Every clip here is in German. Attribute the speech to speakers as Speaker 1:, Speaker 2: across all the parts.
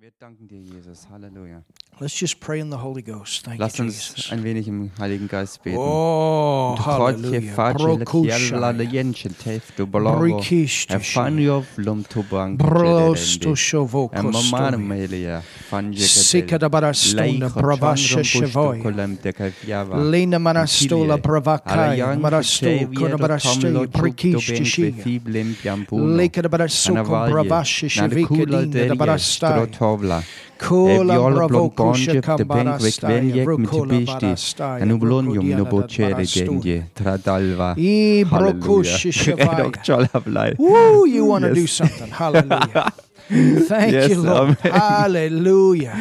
Speaker 1: Wir danken dir, Jesus. Halleluja.
Speaker 2: Let's just pray in the Holy Ghost. Thank
Speaker 1: Lasst
Speaker 2: you,
Speaker 1: uns
Speaker 2: Jesus.
Speaker 1: ein wenig im Heiligen Geist beten.
Speaker 2: Oh,
Speaker 1: Tu kocie
Speaker 2: hallelujah.
Speaker 1: face le chiala le
Speaker 2: Prokushaya.
Speaker 1: jenche tef tu bologo.
Speaker 2: Brikishti
Speaker 1: E fanio flum tu banco cederendi.
Speaker 2: Brosto
Speaker 1: E mamar
Speaker 2: shovokostomi.
Speaker 1: melia fange
Speaker 2: Sikadabarastona bravasha shevoy.
Speaker 1: kolem te kafiava.
Speaker 2: Lena marastola
Speaker 1: Kyrie.
Speaker 2: bravakai
Speaker 1: Alayan
Speaker 2: marasto
Speaker 1: ficevier
Speaker 2: kodabarastei
Speaker 1: tomlo ciucto
Speaker 2: brikish
Speaker 1: ben
Speaker 2: tishiya.
Speaker 1: quefiblem piampuno.
Speaker 2: Lekadabarasto bravasha shevika
Speaker 1: Narcula
Speaker 2: dinda
Speaker 1: delia
Speaker 2: dabarastai.
Speaker 1: strotovla.
Speaker 2: Kola
Speaker 1: Eviola
Speaker 2: bravokusha
Speaker 1: blongonje te benque
Speaker 2: kambarastai.
Speaker 1: quenjek
Speaker 2: Rukola
Speaker 1: mitibisti.
Speaker 2: barastai.
Speaker 1: Anublonium
Speaker 2: Rukodiana
Speaker 1: nubo cere
Speaker 2: dabarastoi.
Speaker 1: genje tradalva.
Speaker 2: I
Speaker 1: Halleluja.
Speaker 2: brokushi shavaya.
Speaker 1: Edokcholablaia.
Speaker 2: Woo, you want to
Speaker 1: Yes.
Speaker 2: do something. Hallelujah. Thank
Speaker 1: Yes,
Speaker 2: you, Lord.
Speaker 1: amen.
Speaker 2: Hallelujah.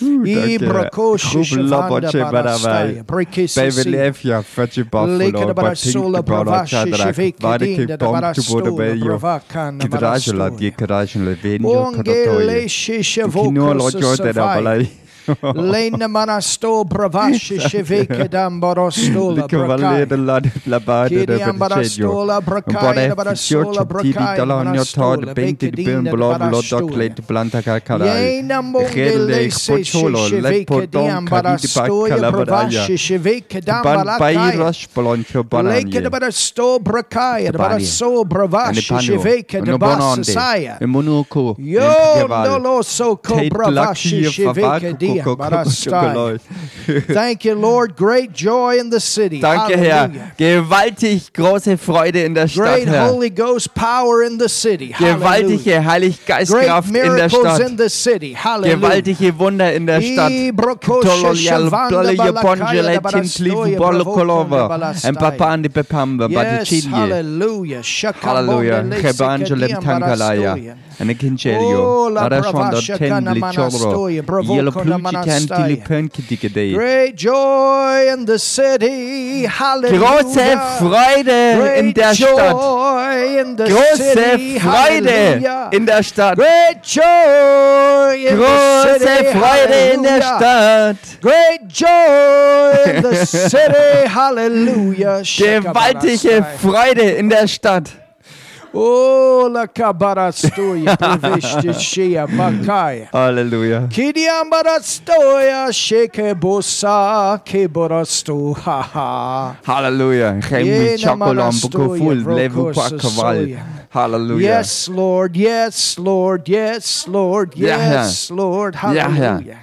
Speaker 1: Danke.
Speaker 2: Ibrakoshe
Speaker 1: Rub
Speaker 2: Shavanda
Speaker 1: loboče
Speaker 2: barastaya.
Speaker 1: baravaja.
Speaker 2: Brekese
Speaker 1: Baby
Speaker 2: si.
Speaker 1: lefja, faci bafulo,
Speaker 2: Lekada
Speaker 1: batink
Speaker 2: barasola
Speaker 1: bolo
Speaker 2: bravashe
Speaker 1: čadrak,
Speaker 2: sheveke
Speaker 1: variki
Speaker 2: dinda da
Speaker 1: pom tu bodo
Speaker 2: barastola
Speaker 1: bejo.
Speaker 2: bravakana
Speaker 1: Kidražila, die
Speaker 2: barastoya.
Speaker 1: kidražile venjo,
Speaker 2: Ongele
Speaker 1: trotoje. Kino
Speaker 2: shevoko
Speaker 1: ločo te da
Speaker 2: sasavaya.
Speaker 1: balaj.
Speaker 2: Lena manasto bravashe sheveke dambarastola
Speaker 1: Liko valere
Speaker 2: brakaya.
Speaker 1: la la bade de
Speaker 2: Kiri
Speaker 1: vercedio.
Speaker 2: ambarastola
Speaker 1: Un po'
Speaker 2: brakaya
Speaker 1: de ficiocio
Speaker 2: da barastola
Speaker 1: ti di
Speaker 2: brakaya
Speaker 1: talonio tod,
Speaker 2: barastola
Speaker 1: benti
Speaker 2: beke
Speaker 1: di ben
Speaker 2: dinda da
Speaker 1: blod, lodok
Speaker 2: barastoya.
Speaker 1: let planta calcarai.
Speaker 2: Jej nam bonge
Speaker 1: Helle
Speaker 2: lejse
Speaker 1: expociolo, let
Speaker 2: šeševeke
Speaker 1: podom
Speaker 2: diam
Speaker 1: cavidi
Speaker 2: barastoje
Speaker 1: bacalabaraia.
Speaker 2: bravaše ševeke dam
Speaker 1: Ban
Speaker 2: balakaje.
Speaker 1: pairos poloncio
Speaker 2: Leke
Speaker 1: baranje.
Speaker 2: da barasto brakaje, da
Speaker 1: Balje.
Speaker 2: barasto
Speaker 1: Ane
Speaker 2: bravaše
Speaker 1: panio,
Speaker 2: ševeke da
Speaker 1: no bononde,
Speaker 2: basasaje.
Speaker 1: e monuco,
Speaker 2: Jo, dolo so ko
Speaker 1: Tate
Speaker 2: bravaše
Speaker 1: laki,
Speaker 2: ševeke
Speaker 1: favaku,
Speaker 2: diam
Speaker 1: koko,
Speaker 2: barastaje.
Speaker 1: chocoloi.
Speaker 2: Thank you, Lord. Great joy in the city.
Speaker 1: Danke, Herr.
Speaker 2: Hallelujah.
Speaker 1: Gewaltig große Freude in der Stadt,
Speaker 2: Great
Speaker 1: Herr.
Speaker 2: Holy Ghost power in the city. Hallelujah.
Speaker 1: Gewaltige
Speaker 2: Great
Speaker 1: Heiliggeistkraft in der
Speaker 2: miracles
Speaker 1: Stadt.
Speaker 2: in the city. Hallelujah.
Speaker 1: Gewaltige Wunder in der Stadt. Tololial dolio ponjele tintlivu bolo kolova. Empapandi pepamba
Speaker 2: Yes,
Speaker 1: batichilie.
Speaker 2: hallelujah.
Speaker 1: Hallelujah. Hebangele tankalaya. Ane
Speaker 2: Oh,
Speaker 1: kincelio.
Speaker 2: la
Speaker 1: Arashondo
Speaker 2: bravasha
Speaker 1: tendli chobro.
Speaker 2: kanamanastoye, bravo
Speaker 1: Yelo pluci tentili
Speaker 2: konamanastaye.
Speaker 1: pönkidikidei.
Speaker 2: Great joy in the city.
Speaker 1: Große
Speaker 2: Hallelujah.
Speaker 1: Freude in
Speaker 2: Great
Speaker 1: der Stadt.
Speaker 2: joy in the city.
Speaker 1: Große Freude
Speaker 2: Hallelujah.
Speaker 1: in der Stadt.
Speaker 2: Great joy in the
Speaker 1: Große
Speaker 2: city.
Speaker 1: Freude in der
Speaker 2: Hallelujah.
Speaker 1: Stadt.
Speaker 2: Great joy in the city. Hallelujah.
Speaker 1: Gewaltige
Speaker 2: Shakabarastai.
Speaker 1: Freude in der Stadt.
Speaker 2: Oh, la kabarastoya, prevestishia, bakaya.
Speaker 1: Halleluja.
Speaker 2: Kidiambarastoya, shekebosa, kebarasto, ha ha.
Speaker 1: Halleluja. Chemi
Speaker 2: Jena
Speaker 1: chocolom
Speaker 2: manastoje,
Speaker 1: bukuful levu
Speaker 2: broko
Speaker 1: pakval.
Speaker 2: sosoje.
Speaker 1: Halleluja.
Speaker 2: Yes, Lord, yes, Lord, yes, Lord,
Speaker 1: Ja, Herr.
Speaker 2: yes, Lord,
Speaker 1: Herr.
Speaker 2: hallelujah.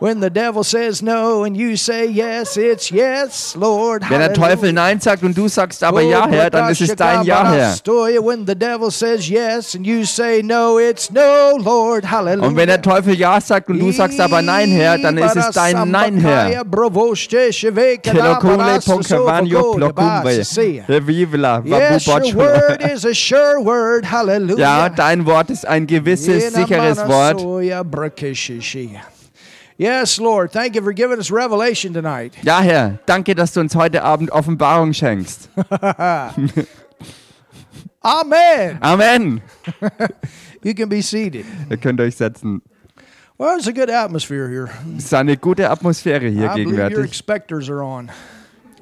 Speaker 2: When the devil says no and you say yes, it's yes, Lord,
Speaker 1: Wenn der Teufel
Speaker 2: hallelujah.
Speaker 1: Nein sagt und du sagst aber Ja, Herr, dann ist es dein Ja, Herr.
Speaker 2: Story when the devil says yes and you say no, it's no, Lord. Hallelujah.
Speaker 1: Und wenn er der Teufel Ja sagt und du sagst aber Nein, Herr, dann ist es dein Nein, Herr. Kelokule ponkavanio plocumbe. Revivla
Speaker 2: Yes, your
Speaker 1: vabubocolo.
Speaker 2: word is a sure word.
Speaker 1: Ja,
Speaker 2: Hallelujah.
Speaker 1: dein Wort ist ein gewisses, sicheres Wort.
Speaker 2: Yes, Lord. Thank you for giving us revelation tonight.
Speaker 1: Ja, Herr, danke, dass du uns heute Abend Offenbarung schenkst.
Speaker 2: Amen.
Speaker 1: Amen.
Speaker 2: You can be seated.
Speaker 1: Ihr könnt euch setzen.
Speaker 2: Well, it's a good atmosphere here.
Speaker 1: Es ist eine gute Atmosphäre hier
Speaker 2: I believe your
Speaker 1: gegenwärtig.
Speaker 2: expectors are on.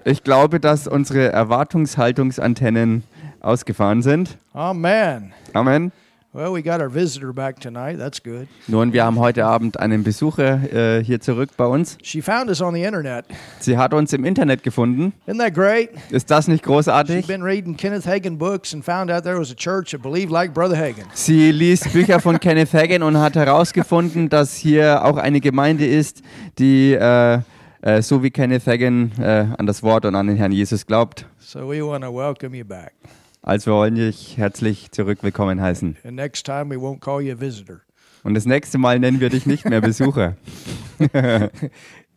Speaker 1: Ich glaube, dass unsere Erwartungshaltungsantennen ausgefahren sind.
Speaker 2: Amen.
Speaker 1: Amen.
Speaker 2: Well, we got our visitor back tonight. That's good.
Speaker 1: Nun, wir haben heute Abend einen Besucher äh, hier zurück bei uns.
Speaker 2: She found us on the internet.
Speaker 1: Sie hat uns im Internet gefunden.
Speaker 2: Isn't that great?
Speaker 1: Ist das nicht
Speaker 2: She's
Speaker 1: großartig?
Speaker 2: been reading Kenneth Hagin books and found out there was a church that believed like Brother Hagin.
Speaker 1: Sie liest Bücher von Kenneth Hagin und hat herausgefunden, dass hier auch eine Gemeinde ist, die äh, äh, so wie Kenneth Hagin äh, an das Wort und an den Herrn Jesus glaubt.
Speaker 2: So we want to welcome you back.
Speaker 1: Also wollen wir dich herzlich zurück willkommen heißen.
Speaker 2: And next time we won't call you a visitor.
Speaker 1: Und das nächste Mal nennen wir dich nicht mehr Besucher.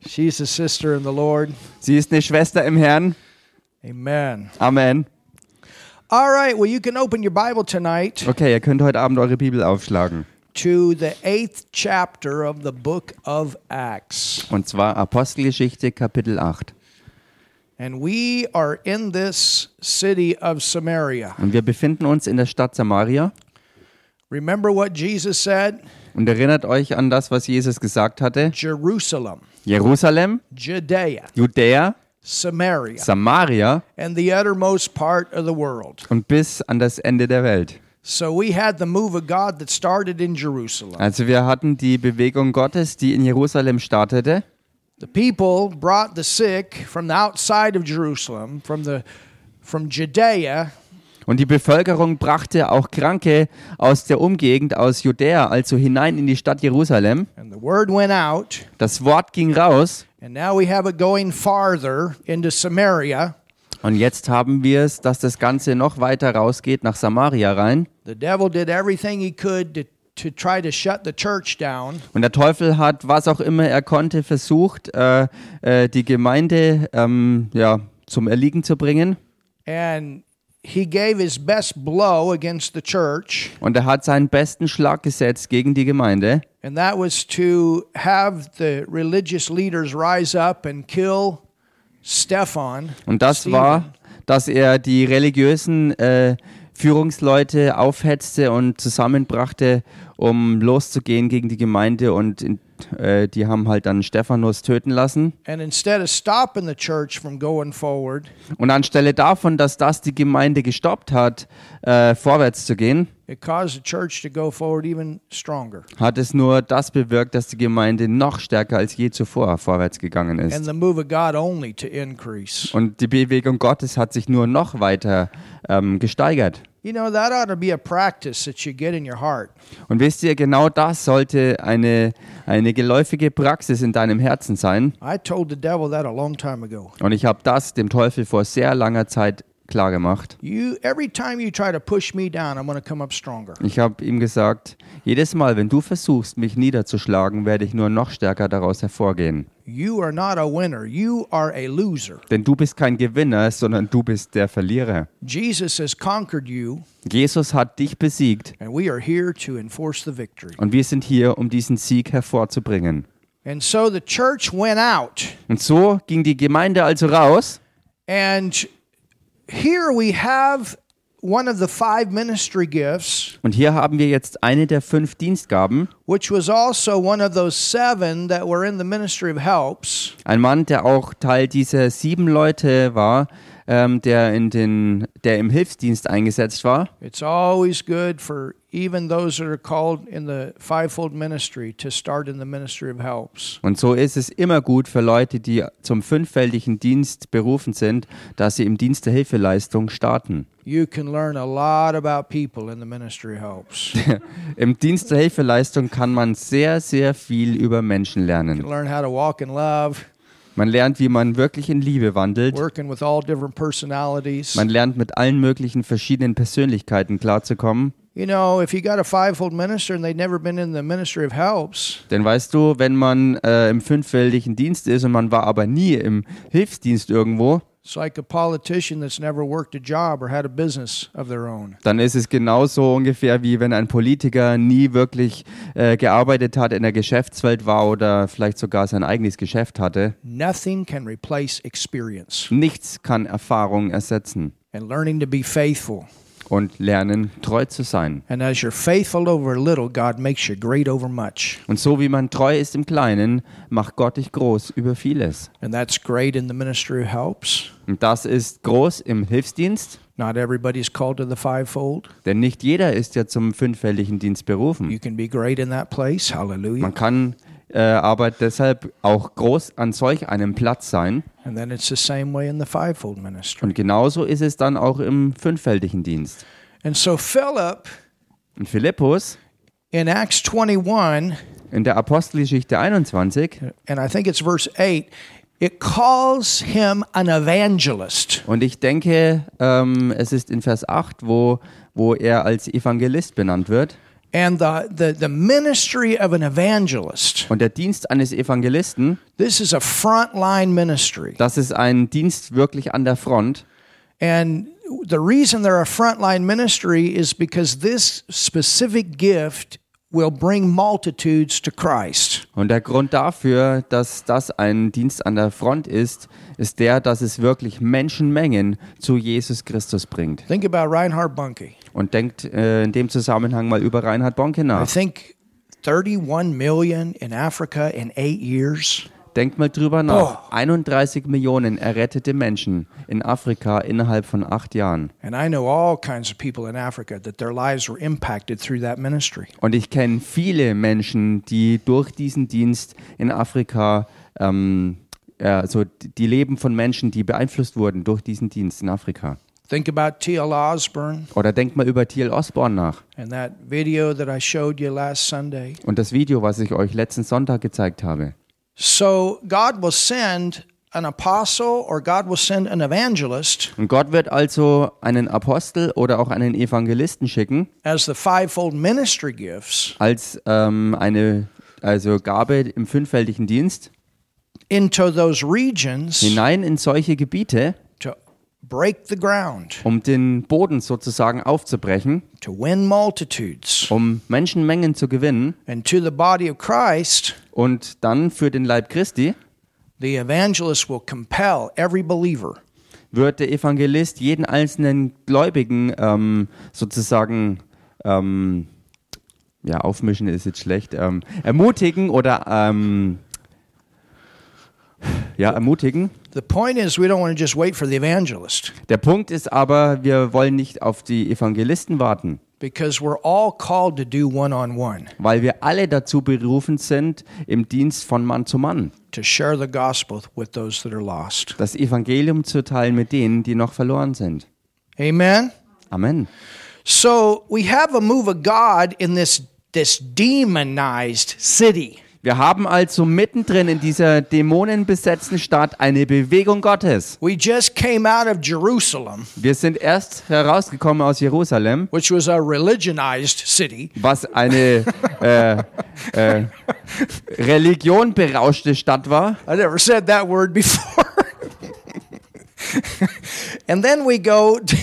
Speaker 2: She's a sister in the Lord.
Speaker 1: Sie ist eine Schwester im Herrn.
Speaker 2: Amen.
Speaker 1: Amen.
Speaker 2: All right. Well, you can open your Bible tonight
Speaker 1: Okay, ihr könnt heute Abend eure Bibel aufschlagen.
Speaker 2: to the eighth chapter of the book of Acts.
Speaker 1: Und zwar Apostelgeschichte Kapitel 8.
Speaker 2: And we are in this city of Samaria.
Speaker 1: Und wir befinden uns in der Stadt Samaria.
Speaker 2: Remember what Jesus said?
Speaker 1: Und erinnert euch an das, was Jesus gesagt hatte.
Speaker 2: Jerusalem,
Speaker 1: Jerusalem,
Speaker 2: Judea,
Speaker 1: Judäa,
Speaker 2: Samaria,
Speaker 1: Samaria
Speaker 2: and the uttermost part of the world.
Speaker 1: und bis an das Ende der Welt.
Speaker 2: So we had the move of God that started in Jerusalem.
Speaker 1: Also wir hatten die Bewegung Gottes, die in Jerusalem startete.
Speaker 2: The people brought the sick from the outside of Jerusalem, from the from Judea,
Speaker 1: Und die Bevölkerung brachte auch Kranke aus der Umgegend, aus Judäa, also hinein in die Stadt Jerusalem.
Speaker 2: and the word went out,
Speaker 1: Das Wort ging raus
Speaker 2: and now we have it going farther into Samaria.
Speaker 1: und jetzt haben wir es, dass das Ganze noch weiter rausgeht nach Samaria rein.
Speaker 2: The devil did everything he could to, to try to shut the church down,
Speaker 1: Und der Teufel hat, was auch immer er konnte, versucht, äh, äh, die Gemeinde ähm, ja, zum Erliegen zu bringen.
Speaker 2: and he gave his best blow against the church,
Speaker 1: Und er hat seinen besten Schlag gesetzt gegen die Gemeinde.
Speaker 2: and that was to have the religious leaders rise up and kill Stephan.
Speaker 1: Und das
Speaker 2: Stephen.
Speaker 1: war, dass er die religiösen äh, Führungsleute aufhetzte und zusammenbrachte, um loszugehen gegen die Gemeinde. Und in, äh, die haben halt dann Stephanus töten lassen.
Speaker 2: And instead of stopping the church from going forward,
Speaker 1: Und anstelle davon, dass das die Gemeinde gestoppt hat, äh, vorwärts zu gehen,
Speaker 2: it caused the church to go forward even stronger.
Speaker 1: hat es nur das bewirkt, dass die Gemeinde noch stärker als je zuvor vorwärts gegangen
Speaker 2: And
Speaker 1: ist.
Speaker 2: the move of God only to increase.
Speaker 1: Und die Bewegung Gottes hat sich nur noch weiter ähm, gesteigert.
Speaker 2: You know, that ought to be a practice that you get in your heart.
Speaker 1: Und wisst ihr, genau das sollte eine, eine geläufige Praxis in deinem Herzen sein.
Speaker 2: I told the devil that a long time ago.
Speaker 1: Und ich habe das dem Teufel vor sehr langer Zeit klargemacht.
Speaker 2: You every time you try to push me down, I'm going to come up stronger.
Speaker 1: Ich habe ihm gesagt, jedes Mal, wenn du versuchst, mich niederzuschlagen, werde ich nur noch stärker daraus hervorgehen.
Speaker 2: You are not a winner. You are a loser.
Speaker 1: Denn du bist kein Gewinner, sondern du bist der Verlierer.
Speaker 2: Jesus has conquered you,
Speaker 1: Jesus hat dich besiegt
Speaker 2: and we are here to enforce the victory.
Speaker 1: und wir sind hier, um diesen Sieg hervorzubringen.
Speaker 2: And so the church went out,
Speaker 1: Und so ging die Gemeinde also raus.
Speaker 2: and here we have one of the five ministry gifts,
Speaker 1: Und hier haben wir jetzt eine der fünf Dienstgaben.
Speaker 2: which was also one of those seven that were in the ministry of helps.
Speaker 1: Ein Mann, der auch Teil dieser sieben Leute war, ähm, der, in den, der im Hilfsdienst eingesetzt war.
Speaker 2: It's always good for even those that are called in the fivefold ministry to start in the ministry of helps.
Speaker 1: Und so ist es immer gut für Leute, die zum fünffältigen Dienst berufen sind, dass sie im Dienst der Hilfeleistung starten.
Speaker 2: You can learn a lot about people in the ministry of helps. You
Speaker 1: Im Dienst der Hilfeleistung kann man sehr, sehr viel über Menschen lernen.
Speaker 2: can learn how to walk in love,
Speaker 1: Man lernt, wie man wirklich in Liebe wandelt.
Speaker 2: working with all different personalities.
Speaker 1: Man lernt, mit allen möglichen verschiedenen Persönlichkeiten klarzukommen.
Speaker 2: You know, if you got a fivefold minister and they've never been in the ministry of helps,
Speaker 1: Denn weißt du, wenn man äh, im fünffältigen Dienst ist und man war aber nie im Hilfsdienst irgendwo,
Speaker 2: it's like a politician that's never worked a job or had a business of their own.
Speaker 1: dann ist es genauso ungefähr wie wenn ein Politiker nie wirklich äh, gearbeitet hat, in der Geschäftswelt war oder vielleicht sogar sein eigenes Geschäft hatte.
Speaker 2: Nothing can replace experience
Speaker 1: Nichts kann Erfahrung ersetzen
Speaker 2: and learning to be faithful.
Speaker 1: und lernen, treu zu sein.
Speaker 2: And as you're faithful over little, God makes you great over much.
Speaker 1: Und so wie man treu ist im Kleinen, macht Gott dich groß über vieles.
Speaker 2: And that's great in the ministry of helps.
Speaker 1: Und das ist groß im Hilfsdienst,
Speaker 2: Not everybody's called to the fivefold.
Speaker 1: denn nicht jeder ist ja zum fünffälligen Dienst berufen.
Speaker 2: You can be great in that place. Hallelujah.
Speaker 1: Man kann äh, aber deshalb auch groß an solch einem Platz sein.
Speaker 2: And then it's the same way in the fivefold ministry.
Speaker 1: Und genauso ist es dann auch im fünffältigen Dienst.
Speaker 2: And so Philip
Speaker 1: Und Philippus
Speaker 2: in Acts 21,
Speaker 1: in der Apostelgeschichte 21,
Speaker 2: and I think it's verse 8, it calls him an evangelist.
Speaker 1: und ich denke, ähm, es ist in Vers 8, wo, wo er als Evangelist benannt wird.
Speaker 2: And the, the, the ministry of an evangelist,
Speaker 1: Und der Dienst eines Evangelisten,
Speaker 2: this is a frontline ministry.
Speaker 1: das ist ein Dienst wirklich an der Front.
Speaker 2: And the reason they're a frontline ministry is because this specific gift will bring multitudes to Christ.
Speaker 1: Und der Grund dafür, dass das ein Dienst an der Front ist, ist der, dass es wirklich Menschenmengen zu Jesus Christus bringt.
Speaker 2: Think about Reinhard Bunke.
Speaker 1: Und denkt äh, in dem Zusammenhang mal über Reinhard Bonke
Speaker 2: I
Speaker 1: nach.
Speaker 2: think 31 million in Africa in eight years.
Speaker 1: Denkt mal drüber nach. 31 Millionen errettete Menschen in Afrika innerhalb von acht Jahren.
Speaker 2: And I know all kinds of people in Africa that their lives were impacted through that ministry.
Speaker 1: Und ich kenne viele Menschen, die durch diesen Dienst in Afrika, ähm, äh, also die die Leben von Menschen, die beeinflusst wurden durch diesen Dienst in Afrika.
Speaker 2: Think about T.L. Osborne
Speaker 1: Oder denkt mal über T.L. Osborne nach.
Speaker 2: and that video that I showed you last Sunday.
Speaker 1: Und das Video, was ich euch letzten Sonntag gezeigt habe.
Speaker 2: So God will send an apostle or God will send an evangelist
Speaker 1: Und Gott wird also einen Apostel oder auch einen Evangelisten schicken,
Speaker 2: as the fivefold ministry gifts
Speaker 1: als ähm, eine also Gabe im fünffältigen Dienst,
Speaker 2: into those regions
Speaker 1: hinein in solche Gebiete,
Speaker 2: to break the ground,
Speaker 1: um den Boden sozusagen aufzubrechen,
Speaker 2: to win multitudes.
Speaker 1: um Menschenmengen zu gewinnen
Speaker 2: And to the body of Christ,
Speaker 1: und dann für den Leib Christi
Speaker 2: the evangelist will compel every believer
Speaker 1: wird der Evangelist jeden einzelnen Gläubigen ähm, sozusagen ähm, ja aufmischen ist jetzt schlecht ähm, ermutigen oder ähm, ja ermutigen
Speaker 2: The point is, we don't want to just wait for the evangelist
Speaker 1: Der Punkt ist aber, wir wollen nicht auf die Evangelisten warten,
Speaker 2: because we're all called to do one on one,
Speaker 1: weil wir alle dazu berufen sind, im Dienst von Mann zu Mann
Speaker 2: to share the gospel with those that are lost.
Speaker 1: das Evangelium zu teilen mit denen, die noch verloren sind.
Speaker 2: Amen?
Speaker 1: Amen.
Speaker 2: So we have a move of God in this, this demonized city.
Speaker 1: Wir haben also mittendrin in dieser dämonenbesetzten Stadt eine Bewegung Gottes.
Speaker 2: We just came out of Jerusalem,
Speaker 1: Wir sind erst herausgekommen aus Jerusalem,
Speaker 2: which was a religionized city,
Speaker 1: was eine äh, äh, Religion berauschte Stadt war.
Speaker 2: I never said that word before. and then we go to,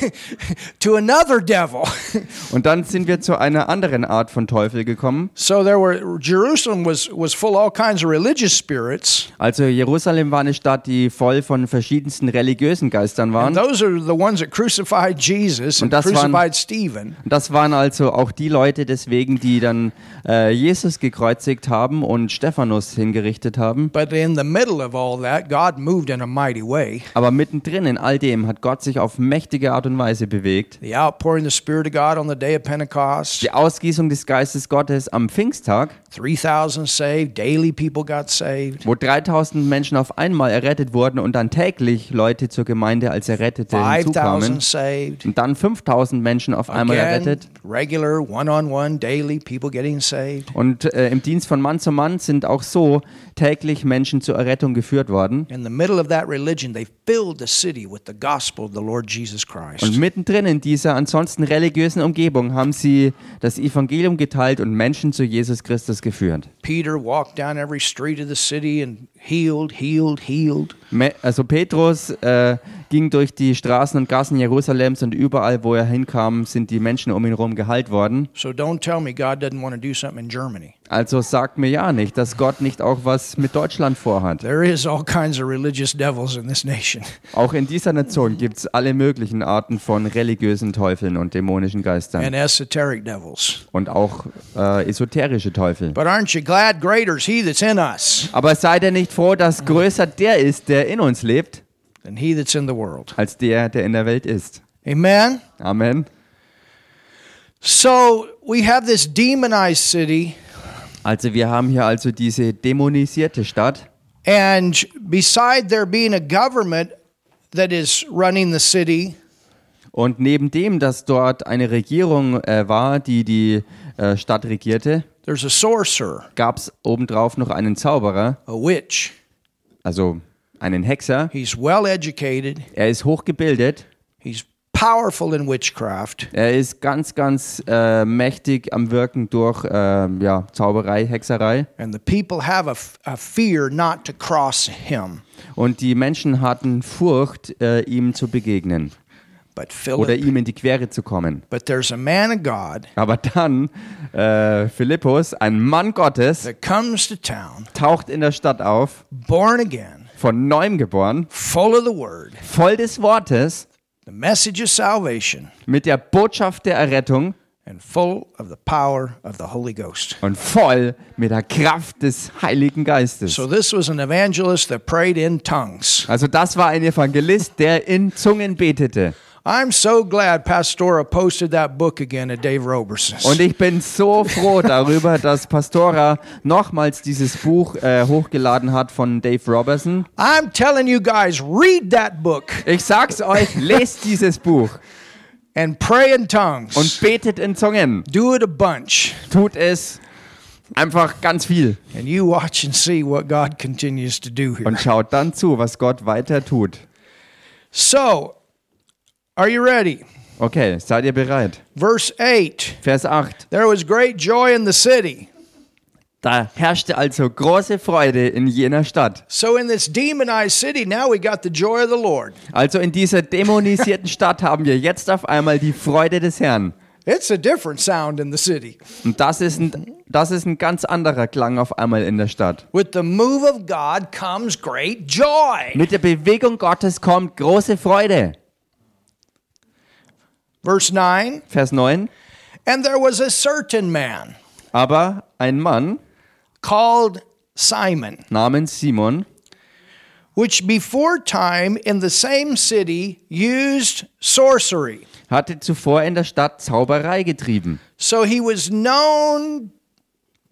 Speaker 2: to another devil.
Speaker 1: Und dann sind wir zu einer anderen Art von Teufel gekommen.
Speaker 2: so there were Jerusalem was was full of all kinds of religious spirits.
Speaker 1: Also Jerusalem war eine Stadt, die voll von verschiedensten religiösen Geistern
Speaker 2: And
Speaker 1: waren.
Speaker 2: those are the ones that crucified Jesus and
Speaker 1: Und das waren-
Speaker 2: crucified Stephen.
Speaker 1: Und Das waren also auch die Leute deswegen, die dann äh, Jesus gekreuzigt haben und Stephanus hingerichtet haben.
Speaker 2: But in the middle of all that, God moved in a mighty way.
Speaker 1: Aber mittendrin in all dem hat Gott sich auf mächtige Art und Weise bewegt.
Speaker 2: The outpouring of the Spirit of God on the day of Pentecost,
Speaker 1: Die Ausgießung des Geistes Gottes am Pfingsttag,
Speaker 2: 3,000 saved, daily people got saved,
Speaker 1: wo 3000 Menschen auf einmal errettet wurden und dann täglich Leute zur Gemeinde als Errettete
Speaker 2: 5,000
Speaker 1: hinzukamen.
Speaker 2: saved.
Speaker 1: Und dann 5000 Menschen auf einmal
Speaker 2: Again,
Speaker 1: errettet.
Speaker 2: regular, one on one, daily people getting saved.
Speaker 1: Und äh, im Dienst von Mann zu Mann sind auch so täglich Menschen zur Errettung geführt worden.
Speaker 2: In the middle of that religion, they filled the city with the gospel of the Lord Jesus Christ.
Speaker 1: Und mittendrin in dieser ansonsten religiösen Umgebung haben sie das Evangelium geteilt und Menschen zu Jesus Christus geführt.
Speaker 2: Peter walked down every street of the city and healed, healed, healed.
Speaker 1: Me also Petrus äh, ging durch die Straßen und Gassen Jerusalems und überall, wo er hinkam, sind die Menschen um ihn herum geheilt worden.
Speaker 2: So don't tell me God doesn't want to do something in Germany.
Speaker 1: Also sagt mir ja nicht, dass Gott nicht auch was mit Deutschland vorhat.
Speaker 2: There is all kinds of religious devils in this nation.
Speaker 1: Auch in dieser Nation gibt es alle möglichen Arten von religiösen Teufeln und dämonischen Geistern.
Speaker 2: and esoteric devils.
Speaker 1: und auch äh, esoterische Teufel.
Speaker 2: But aren't you glad greater's he that's in us
Speaker 1: Aber seid ihr nicht froh, dass größer der ist, der in uns lebt,
Speaker 2: than he that's in the world?
Speaker 1: als der, der in der Welt ist.
Speaker 2: Amen.
Speaker 1: Amen.
Speaker 2: So we have this demonized city,
Speaker 1: Also wir haben hier also diese dämonisierte Stadt.
Speaker 2: and beside there being a government that is running the city,
Speaker 1: Und neben dem, dass dort eine Regierung äh, war, die die äh, Stadt regierte,
Speaker 2: there's a sorcerer,
Speaker 1: gab es obendrauf noch einen Zauberer,
Speaker 2: a witch.
Speaker 1: also einen Hexer.
Speaker 2: He's well educated,
Speaker 1: Er ist hochgebildet,
Speaker 2: he's powerful in witchcraft,
Speaker 1: er ist ganz, ganz äh, mächtig am Wirken durch ähm, ja, Zauberei, Hexerei.
Speaker 2: and the people have a, f- a fear not to cross him.
Speaker 1: Und die Menschen hatten Furcht, äh, ihm zu begegnen
Speaker 2: But
Speaker 1: oder
Speaker 2: Philip,
Speaker 1: ihm in die Quere zu kommen.
Speaker 2: but there's a man of God
Speaker 1: Aber dann, äh, Philippus, ein Mann Gottes,
Speaker 2: that comes to town,
Speaker 1: taucht in der Stadt auf,
Speaker 2: born again.
Speaker 1: von neuem geboren,
Speaker 2: full of the word,
Speaker 1: voll des Wortes,
Speaker 2: the message of salvation,
Speaker 1: mit der Botschaft der Errettung.
Speaker 2: and full of the power of the Holy Ghost.
Speaker 1: und voll mit der Kraft des Heiligen Geistes.
Speaker 2: So this was an evangelist that prayed in tongues.
Speaker 1: Also das war ein Evangelist, der in Zungen betete.
Speaker 2: I'm so glad Pastora posted that book again at Dave Roberson's.
Speaker 1: Und ich bin so froh darüber, dass Pastora nochmals dieses Buch äh, hochgeladen hat von Dave Robertson.
Speaker 2: I'm telling you guys, read that book
Speaker 1: Ich sag's euch, lest dieses Buch
Speaker 2: and pray in tongues.
Speaker 1: und betet in Zungen.
Speaker 2: Do it a bunch
Speaker 1: Tut es einfach ganz viel
Speaker 2: and you watch and see what God continues to do here.
Speaker 1: und schaut dann zu, was Gott weiter tut.
Speaker 2: So, are you ready?
Speaker 1: Okay, seid ihr bereit?
Speaker 2: Verse 8
Speaker 1: Vers 8.
Speaker 2: There was great joy in the city.
Speaker 1: Da herrschte also große Freude in jener Stadt.
Speaker 2: So, in this demonized city, now we got the joy of the Lord.
Speaker 1: Also in dieser dämonisierten Stadt haben wir jetzt auf einmal die Freude des Herrn.
Speaker 2: It's a different sound in the city.
Speaker 1: Und das ist ein, das ist ein ganz anderer Klang auf einmal in der Stadt.
Speaker 2: With the move of God comes great joy.
Speaker 1: Mit der Bewegung Gottes kommt große Freude.
Speaker 2: Verse 9
Speaker 1: Vers 9.
Speaker 2: And there was a certain man
Speaker 1: Aber ein Mann
Speaker 2: called Simon,
Speaker 1: namens Simon,
Speaker 2: which before time in the same city used sorcery.
Speaker 1: hatte zuvor in der Stadt Zauberei getrieben.
Speaker 2: So he was known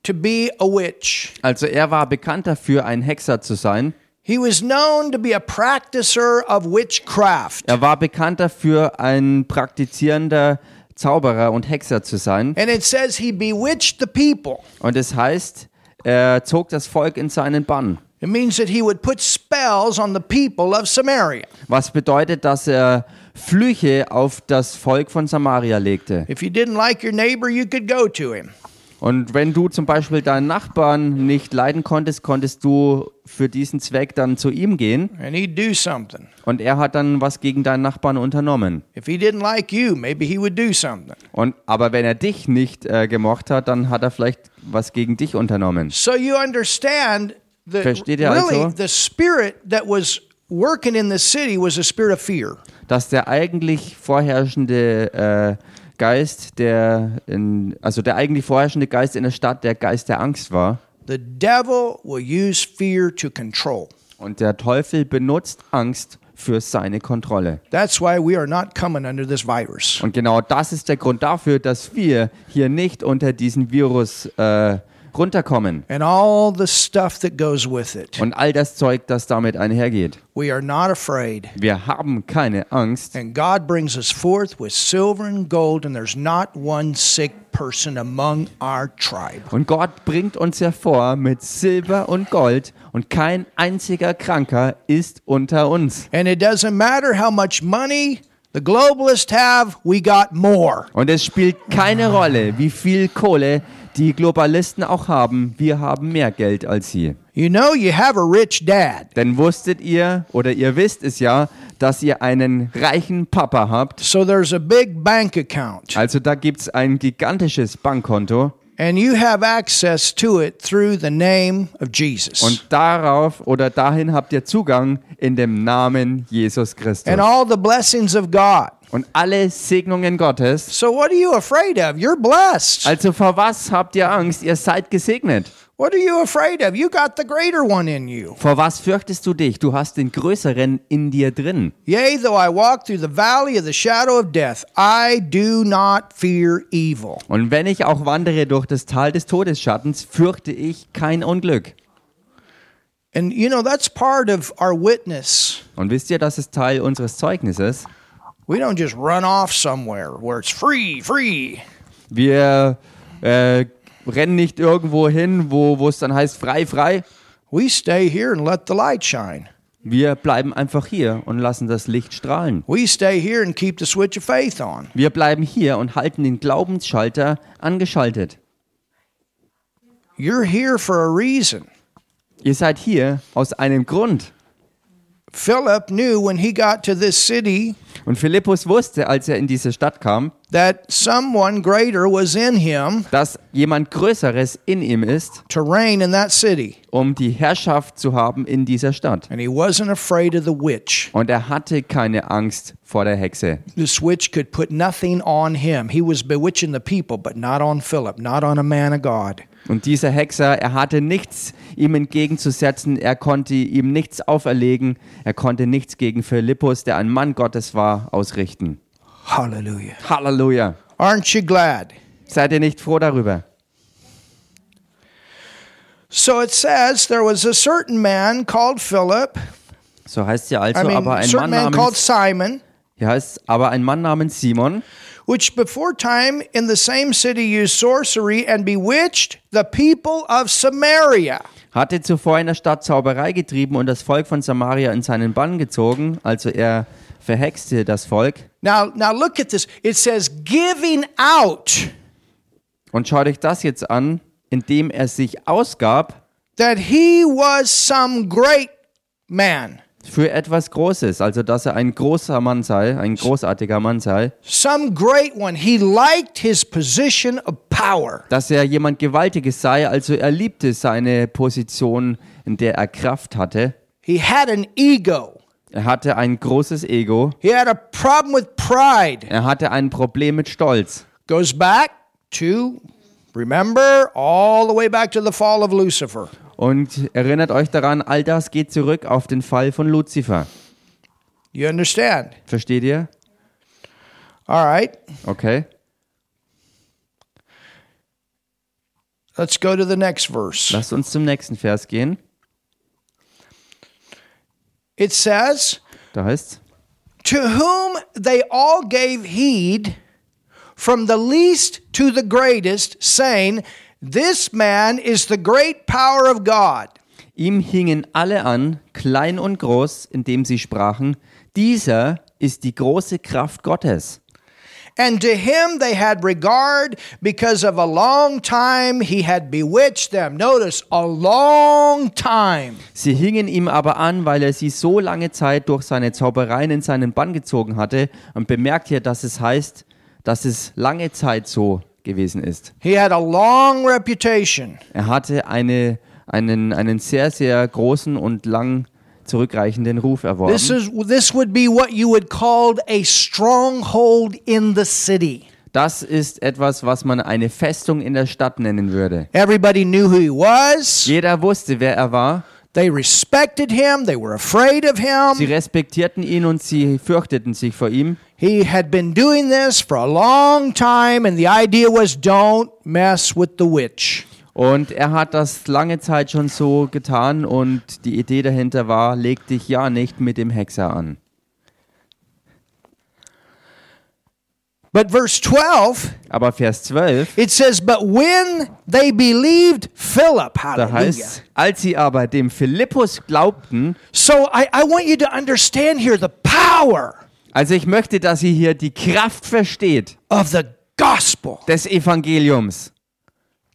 Speaker 2: to be a witch.
Speaker 1: Also er war bekannt dafür, ein Hexer zu sein.
Speaker 2: He was known to be a practicer of witchcraft.
Speaker 1: Er war bekannt dafür, ein praktizierender Zauberer und Hexer zu sein.
Speaker 2: And it says he bewitched the people.
Speaker 1: Und es heißt, er zog das Volk in seinen Bann.
Speaker 2: It means that he would put spells on the people of Samaria.
Speaker 1: Was bedeutet, dass er Flüche auf das Volk von Samaria legte.
Speaker 2: If you didn't like your neighbor, you could go to him.
Speaker 1: Und wenn du zum Beispiel deinen Nachbarn nicht leiden konntest, konntest du für diesen Zweck dann zu ihm gehen.
Speaker 2: and he'd do something.
Speaker 1: Und er hat dann was gegen deinen Nachbarn unternommen.
Speaker 2: If he didn't like you, maybe he would do something.
Speaker 1: Und, aber wenn er dich nicht äh, gemocht hat, dann hat er vielleicht was gegen dich unternommen.
Speaker 2: So you understand that
Speaker 1: Versteht ihr
Speaker 2: really
Speaker 1: also?
Speaker 2: the spirit that was working in the city was a spirit of fear.
Speaker 1: Dass der eigentlich vorherrschende äh, Geist, der in, also der eigentlich vorherrschende Geist in der Stadt, der Geist der Angst war.
Speaker 2: The devil will use fear to control.
Speaker 1: Und der Teufel benutzt Angst für seine Kontrolle.
Speaker 2: That's why we are not coming under this virus.
Speaker 1: Und genau das ist der Grund dafür, dass wir hier nicht unter diesen Virus äh, runterkommen.
Speaker 2: And all the stuff that goes with it.
Speaker 1: Und all das Zeug, das damit einhergeht.
Speaker 2: We are not afraid.
Speaker 1: Wir haben keine Angst.
Speaker 2: And God brings us forth with silver and gold, and there's not one sick person among our tribe.
Speaker 1: Und Gott bringt uns hervor mit Silber und Gold. Und kein einziger Kranker ist unter uns.
Speaker 2: And it doesn't matter how much money the globalists have, we got more.
Speaker 1: Und es spielt keine Rolle, wie viel Kohle die Globalisten auch haben. Wir haben mehr Geld als sie.
Speaker 2: You know, you have a rich dad.
Speaker 1: Denn wusstet ihr oder ihr wisst es ja, dass ihr einen reichen Papa habt.
Speaker 2: So there's a big bank account,
Speaker 1: Also da gibt es ein gigantisches Bankkonto
Speaker 2: and you have access to it through the name of Jesus.
Speaker 1: und darauf oder dahin habt ihr Zugang in dem Namen Jesus Christus.
Speaker 2: And all the blessings of God.
Speaker 1: Und alle Segnungen Gottes.
Speaker 2: So what are you afraid of? You're blessed.
Speaker 1: Also vor was habt ihr Angst? Ihr seid gesegnet.
Speaker 2: What are you afraid of? You got the greater one in you.
Speaker 1: Vor was fürchtest du dich? Du hast den Größeren in dir drin.
Speaker 2: Yea, though I walk through the valley of the shadow of death, I do not fear evil.
Speaker 1: Und wenn ich auch wandere durch das Tal des Todesschattens, fürchte ich kein Unglück.
Speaker 2: And you know, that's part of our witness.
Speaker 1: Und wisst ihr, das ist Teil unseres Zeugnisses?
Speaker 2: We don't just run off somewhere where it's free, free.
Speaker 1: Wir äh, rennen nicht irgendwo hin, wo wo es dann heißt frei, frei.
Speaker 2: We stay here and let the light shine.
Speaker 1: Wir bleiben einfach hier und lassen das Licht strahlen.
Speaker 2: We stay here and keep the switch of faith on.
Speaker 1: Wir bleiben hier und halten den Glaubensschalter angeschaltet.
Speaker 2: You're here for a reason.
Speaker 1: Ihr seid hier aus einem Grund.
Speaker 2: Philip knew when he got to this city
Speaker 1: Und Philippus wusste, als er in diese Stadt kam,
Speaker 2: that someone greater was in him
Speaker 1: dass jemand Größeres in ihm ist,
Speaker 2: to reign in that city.
Speaker 1: um die Herrschaft zu haben in dieser Stadt.
Speaker 2: And he wasn't afraid of the witch.
Speaker 1: Und er hatte keine Angst vor der Hexe.
Speaker 2: This witch could put nothing on him. He was bewitching the people, but not on Philip, not on a man of God.
Speaker 1: Und dieser Hexer, er hatte nichts ihm entgegenzusetzen, er konnte ihm nichts auferlegen, er konnte nichts gegen Philippus, der ein Mann Gottes war, ausrichten.
Speaker 2: Hallelujah.
Speaker 1: Halleluja.
Speaker 2: Aren't you glad?
Speaker 1: Seid ihr nicht froh darüber?
Speaker 2: So it says there was a certain man called Philip,
Speaker 1: So heißt ja also
Speaker 2: I mean,
Speaker 1: aber ein Mann
Speaker 2: certain man
Speaker 1: namens
Speaker 2: called Simon,
Speaker 1: Hier heißt aber ein Mann namens Simon,
Speaker 2: which before time in the same city used sorcery and bewitched the people of Samaria.
Speaker 1: hatte zuvor in der Stadt Zauberei getrieben und das Volk von Samaria in seinen Bann gezogen, also er verhexte das Volk.
Speaker 2: Now, now look at this. It says giving out
Speaker 1: Und schaut euch das jetzt an, indem er sich ausgab
Speaker 2: that he was some great man,
Speaker 1: für etwas Großes, also dass er ein großer Mann sei, ein großartiger Mann sei,
Speaker 2: some great one. He liked his position of power.
Speaker 1: dass er jemand Gewaltiges sei, also er liebte seine Position, in der er Kraft hatte.
Speaker 2: He had an ego.
Speaker 1: Er hatte ein großes Ego,
Speaker 2: He had a problem with pride.
Speaker 1: er hatte ein Problem mit Stolz.
Speaker 2: Goes back to remember all the way back to the fall of Lucifer.
Speaker 1: Und erinnert euch daran, all das geht zurück auf den Fall von Luzifer.
Speaker 2: You understand?
Speaker 1: Versteht ihr?
Speaker 2: All right.
Speaker 1: Okay.
Speaker 2: Let's go to the next verse.
Speaker 1: Lasst uns zum nächsten Vers gehen.
Speaker 2: It says,
Speaker 1: Da heißt's.
Speaker 2: To whom they all gave heed, from the least to the greatest, saying, This man is the great power of God.
Speaker 1: Ihm hingen alle an, klein und groß, indem sie sprachen, dieser ist die große Kraft Gottes.
Speaker 2: And to him they had regard because of a long time he had bewitched them. Notice, a long time.
Speaker 1: Sie hingen ihm aber an, weil er sie so lange Zeit durch seine Zaubereien in seinen Bann gezogen hatte. Und bemerkt hier, dass es heißt, dass es lange Zeit so gewesen ist.
Speaker 2: He had a long reputation.
Speaker 1: Er hatte eine, einen, einen sehr, sehr großen und lang zurückreichenden Ruf erworben.
Speaker 2: This, is, this would be what you would call a stronghold in the city.
Speaker 1: das ist etwas, was man eine Festung in der Stadt nennen würde.
Speaker 2: Everybody knew who he was.
Speaker 1: Jeder wusste, wer er war.
Speaker 2: They respected him. They were afraid of
Speaker 1: Sie
Speaker 2: him.
Speaker 1: respektierten ihn und sie fürchteten sich vor ihm.
Speaker 2: He had been doing this for a long time, and the idea was don't mess with the witch.
Speaker 1: Und er hat das lange Zeit schon so getan und die Idee dahinter war, leg dich ja nicht mit dem Hexer an.
Speaker 2: But verse 12,
Speaker 1: Aber Vers 12,
Speaker 2: it says, But when they believed Philip,
Speaker 1: da
Speaker 2: hallelujah.
Speaker 1: heißt, als sie aber dem Philippus glaubten,
Speaker 2: So I, I want you to understand here the power
Speaker 1: also ich möchte, dass ihr hier die Kraft versteht.
Speaker 2: of the gospel.
Speaker 1: des Evangeliums.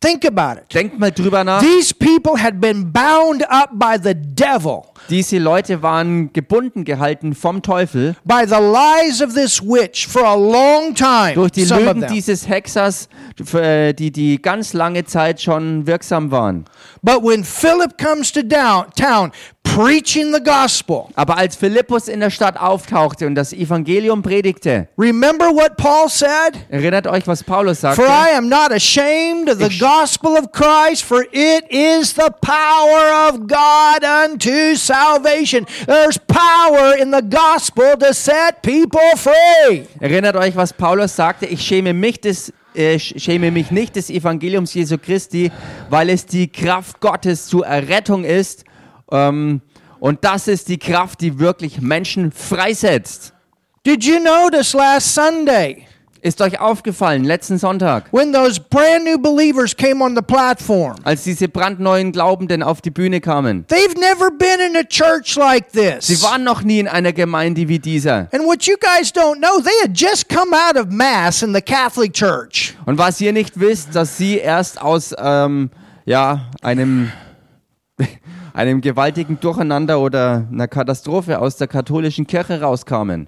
Speaker 2: Think about it.
Speaker 1: Denkt mal drüber nach.
Speaker 2: These people had been bound up by the devil,
Speaker 1: Diese Leute waren gebunden gehalten vom Teufel
Speaker 2: by the lies of this witch for a long time.
Speaker 1: durch die
Speaker 2: some of
Speaker 1: Lügen
Speaker 2: them.
Speaker 1: dieses Hexers, äh, die, die ganz lange Zeit schon wirksam waren.
Speaker 2: But when Philip comes to down, town preaching the gospel,
Speaker 1: Aber als Philippus in der Stadt auftauchte und das Evangelium predigte,
Speaker 2: remember what Paul said?
Speaker 1: erinnert euch, was Paulus sagte.
Speaker 2: For I am not ashamed of the
Speaker 1: Ich-
Speaker 2: gospel of Christ, for it is the power of God unto salvation. There's power in the gospel to set people free.
Speaker 1: Erinnert euch, was Paulus sagte. Ich schäme mich des äh, sch- schäme mich nicht des Evangeliums Jesu Christi, weil es die Kraft Gottes zur Errettung ist. Ähm, und das ist die Kraft, die wirklich Menschen freisetzt.
Speaker 2: Did you notice last Sunday
Speaker 1: Ist euch aufgefallen, letzten Sonntag,
Speaker 2: when those brand new believers came on the platform?
Speaker 1: als diese brandneuen Glaubenden auf die Bühne kamen?
Speaker 2: They've never been in a church like
Speaker 1: Sie
Speaker 2: this.
Speaker 1: waren noch nie in einer Gemeinde wie dieser.
Speaker 2: And what you guys don't know, they had just come out of Mass in the Catholic Church.
Speaker 1: Und was ihr nicht wisst, dass sie erst aus ähm, ja, einem, einem gewaltigen Durcheinander oder einer Katastrophe aus der katholischen Kirche rauskamen.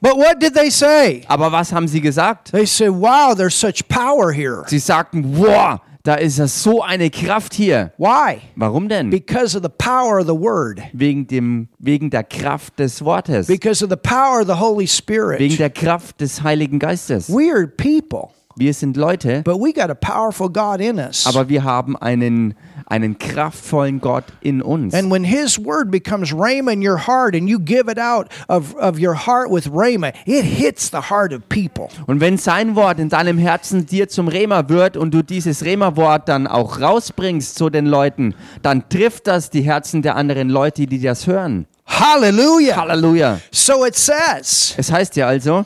Speaker 2: But what did they say?
Speaker 1: Aber was haben sie gesagt?
Speaker 2: They said, Wow, there's such power here.
Speaker 1: Sie sagten, wow, da ist ja so eine Kraft hier.
Speaker 2: Why?
Speaker 1: Warum denn?
Speaker 2: Because of the power of the Word,
Speaker 1: Wegen, dem, wegen der Kraft des Wortes,
Speaker 2: because of the power of the Holy
Speaker 1: wegen
Speaker 2: Spirit.
Speaker 1: der Kraft des Heiligen Geistes.
Speaker 2: We are people,
Speaker 1: Wir sind Leute,
Speaker 2: but we got a powerful God in us.
Speaker 1: aber wir haben einen, einen kraftvollen Gott in uns.
Speaker 2: And when His Word becomes Rhema in your heart and you give it out of, of your heart with Rhema, it hits the heart of people.
Speaker 1: Und wenn sein Wort in deinem Herzen dir zum Rema wird und du dieses Rema-Wort dann auch rausbringst zu den Leuten, dann trifft das die Herzen der anderen Leute, die das hören.
Speaker 2: Hallelujah.
Speaker 1: Halleluja.
Speaker 2: So it says,
Speaker 1: Es heißt ja also,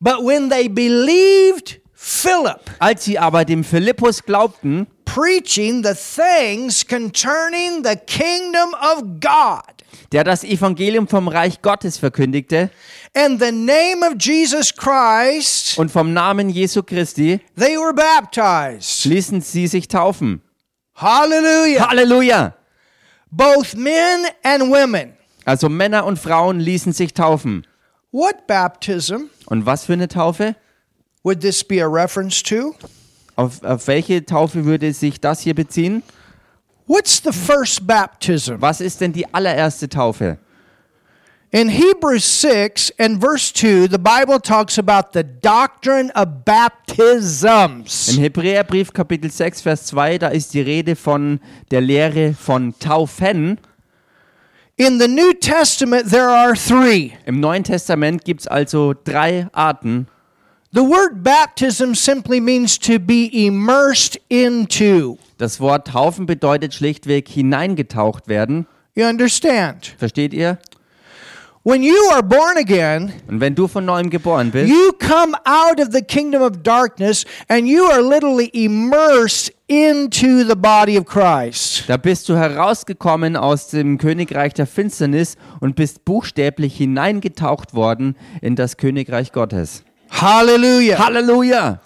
Speaker 2: But when they believed Philip,
Speaker 1: als sie aber dem Philippus glaubten,
Speaker 2: preaching the things concerning the kingdom of God.
Speaker 1: der das Evangelium vom Reich Gottes verkündigte
Speaker 2: And the name of Jesus Christ,
Speaker 1: und vom Namen Jesu Christi,
Speaker 2: they were baptized.
Speaker 1: ließen sie sich taufen.
Speaker 2: Hallelujah.
Speaker 1: Halleluja.
Speaker 2: Both men and women.
Speaker 1: Also Männer und Frauen ließen sich taufen.
Speaker 2: What baptism
Speaker 1: Und was für eine Taufe?
Speaker 2: would this be a reference to?
Speaker 1: Auf, auf welche Taufe würde sich das hier beziehen?
Speaker 2: What's the first baptism?
Speaker 1: Was ist denn die allererste Taufe?
Speaker 2: In Hebrews 6 and verse 2, the Bible talks about the doctrine of baptisms.
Speaker 1: Im Hebräerbrief Kapitel 6, Vers 2, da ist die Rede von der Lehre von Taufen.
Speaker 2: In the New Testament, there are three.
Speaker 1: Im Neuen Testament gibt es also drei Arten.
Speaker 2: The word baptism simply means to be immersed into.
Speaker 1: Das Wort Taufen bedeutet schlichtweg hineingetaucht werden.
Speaker 2: You understand?
Speaker 1: Versteht ihr?
Speaker 2: When you are born again,
Speaker 1: Und wenn du von neuem geboren bist,
Speaker 2: you come out of the kingdom of darkness and you are literally immersed into the body of Christ.
Speaker 1: da bist du herausgekommen aus dem Königreich der Finsternis und bist buchstäblich hineingetaucht worden in das Königreich Gottes.
Speaker 2: Hallelujah.
Speaker 1: Halleluja!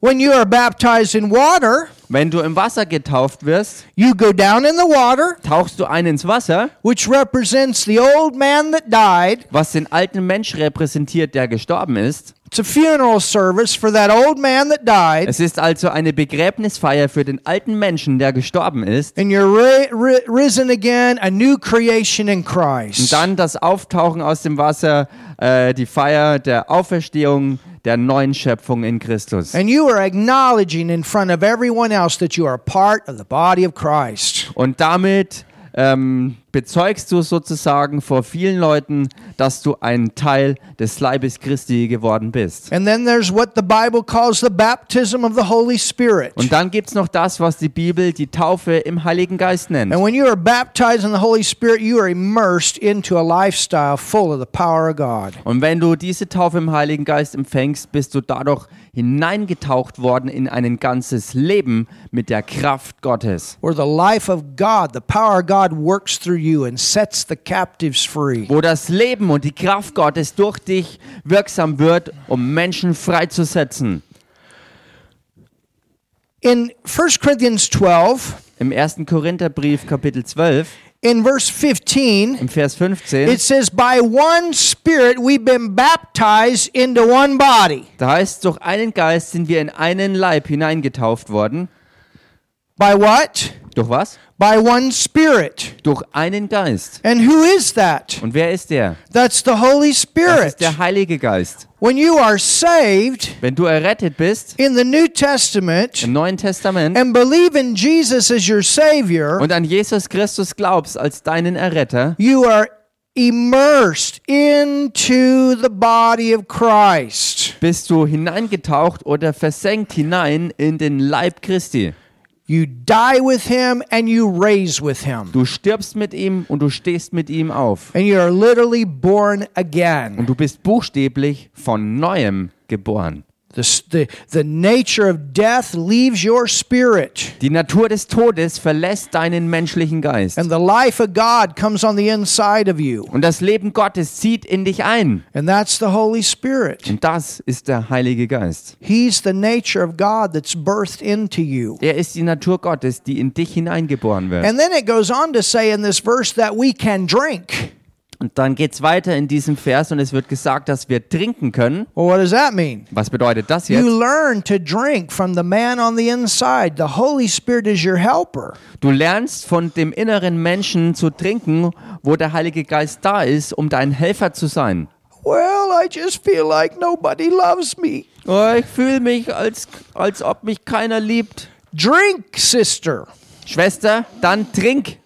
Speaker 2: when you are baptized in water,
Speaker 1: Wenn du im Wasser getauft wirst,
Speaker 2: you go down in the water,
Speaker 1: tauchst du ein ins Wasser,
Speaker 2: which represents the old man that died.
Speaker 1: was den alten Mensch repräsentiert, der gestorben ist.
Speaker 2: It's a funeral service for that old man that died.
Speaker 1: Es ist also eine Begräbnisfeier für den alten Menschen, der gestorben ist.
Speaker 2: And you're ri- ri- risen again, a new creation in
Speaker 1: Und
Speaker 2: Christ.
Speaker 1: dann das Auftauchen aus dem Wasser, äh, die Feier der Auferstehung der neuen Schöpfung in Christus.
Speaker 2: And you are acknowledging in front of everyone else that you are a part of the body of Christ.
Speaker 1: Und damit ähm, bezeugst du sozusagen vor vielen Leuten, dass du ein Teil des Leibes Christi geworden bist.
Speaker 2: And then there's what the Bible calls the baptism of the Holy Spirit.
Speaker 1: Und dann gibt es noch das, was die Bibel die Taufe im Heiligen Geist nennt.
Speaker 2: And when you are baptized in the Holy Spirit, you are immersed into a lifestyle full of the power of God.
Speaker 1: Und wenn du diese Taufe im Heiligen Geist empfängst, bist du dadurch hineingetaucht worden in ein ganzes Leben mit der Kraft Gottes,
Speaker 2: Where the life of God, the power of God works through you and sets the captives free.
Speaker 1: wo das Leben und die Kraft Gottes durch dich wirksam wird, um Menschen freizusetzen.
Speaker 2: In 1 Corinthians 12,
Speaker 1: Im 1. Korintherbrief Kapitel 12,
Speaker 2: in verse 15,
Speaker 1: im Vers 15,
Speaker 2: it says, By one Spirit we've been baptized into one body.
Speaker 1: da heißt, durch einen Geist sind wir in einen Leib hineingetauft worden.
Speaker 2: By what?
Speaker 1: Durch was?
Speaker 2: By one Spirit.
Speaker 1: Durch einen Geist.
Speaker 2: And who is that?
Speaker 1: Und wer ist der?
Speaker 2: That's the Holy
Speaker 1: Das
Speaker 2: Spirit.
Speaker 1: ist der Heilige Geist.
Speaker 2: When you are saved
Speaker 1: Wenn du errettet bist,
Speaker 2: in the New Testament
Speaker 1: im Neuen Testament,
Speaker 2: and believe in Jesus as your Savior,
Speaker 1: und an Jesus Christus glaubst als deinen Erretter,
Speaker 2: you are immersed into the body of Christ.
Speaker 1: bist du hineingetaucht oder versenkt hinein in den Leib Christi.
Speaker 2: You die with Him and you raise with Him.
Speaker 1: Du stirbst mit ihm und du stehst mit ihm auf.
Speaker 2: And you are literally born
Speaker 1: Und
Speaker 2: again.
Speaker 1: du bist buchstäblich von neuem geboren.
Speaker 2: The, s- the, the nature of death leaves your spirit,
Speaker 1: Die Natur des Todes verlässt deinen menschlichen Geist.
Speaker 2: and the life of God comes on the inside of you.
Speaker 1: Und das Leben Gottes zieht in dich ein.
Speaker 2: And that's the Holy Spirit.
Speaker 1: Und das ist der Heilige Geist.
Speaker 2: He's the nature of God that's birthed into you.
Speaker 1: Er ist die Natur Gottes,
Speaker 2: Also-
Speaker 1: die in dich hineingeboren wird.
Speaker 2: And then it goes on to say in this verse that we can drink.
Speaker 1: Und dann geht es weiter in diesem Vers und es wird gesagt, dass wir trinken können.
Speaker 2: Well, what does that mean?
Speaker 1: Was bedeutet das
Speaker 2: You
Speaker 1: jetzt?
Speaker 2: learn to drink from the man on the inside. The Holy Spirit is your helper.
Speaker 1: Du lernst von dem inneren Menschen zu trinken, wo der Heilige Geist da ist, um dein Helfer zu sein.
Speaker 2: Well, I just feel like nobody loves me.
Speaker 1: Oh, ich fühle mich, als, als ob mich keiner liebt.
Speaker 2: Drink, sister.
Speaker 1: Schwester, dann trink.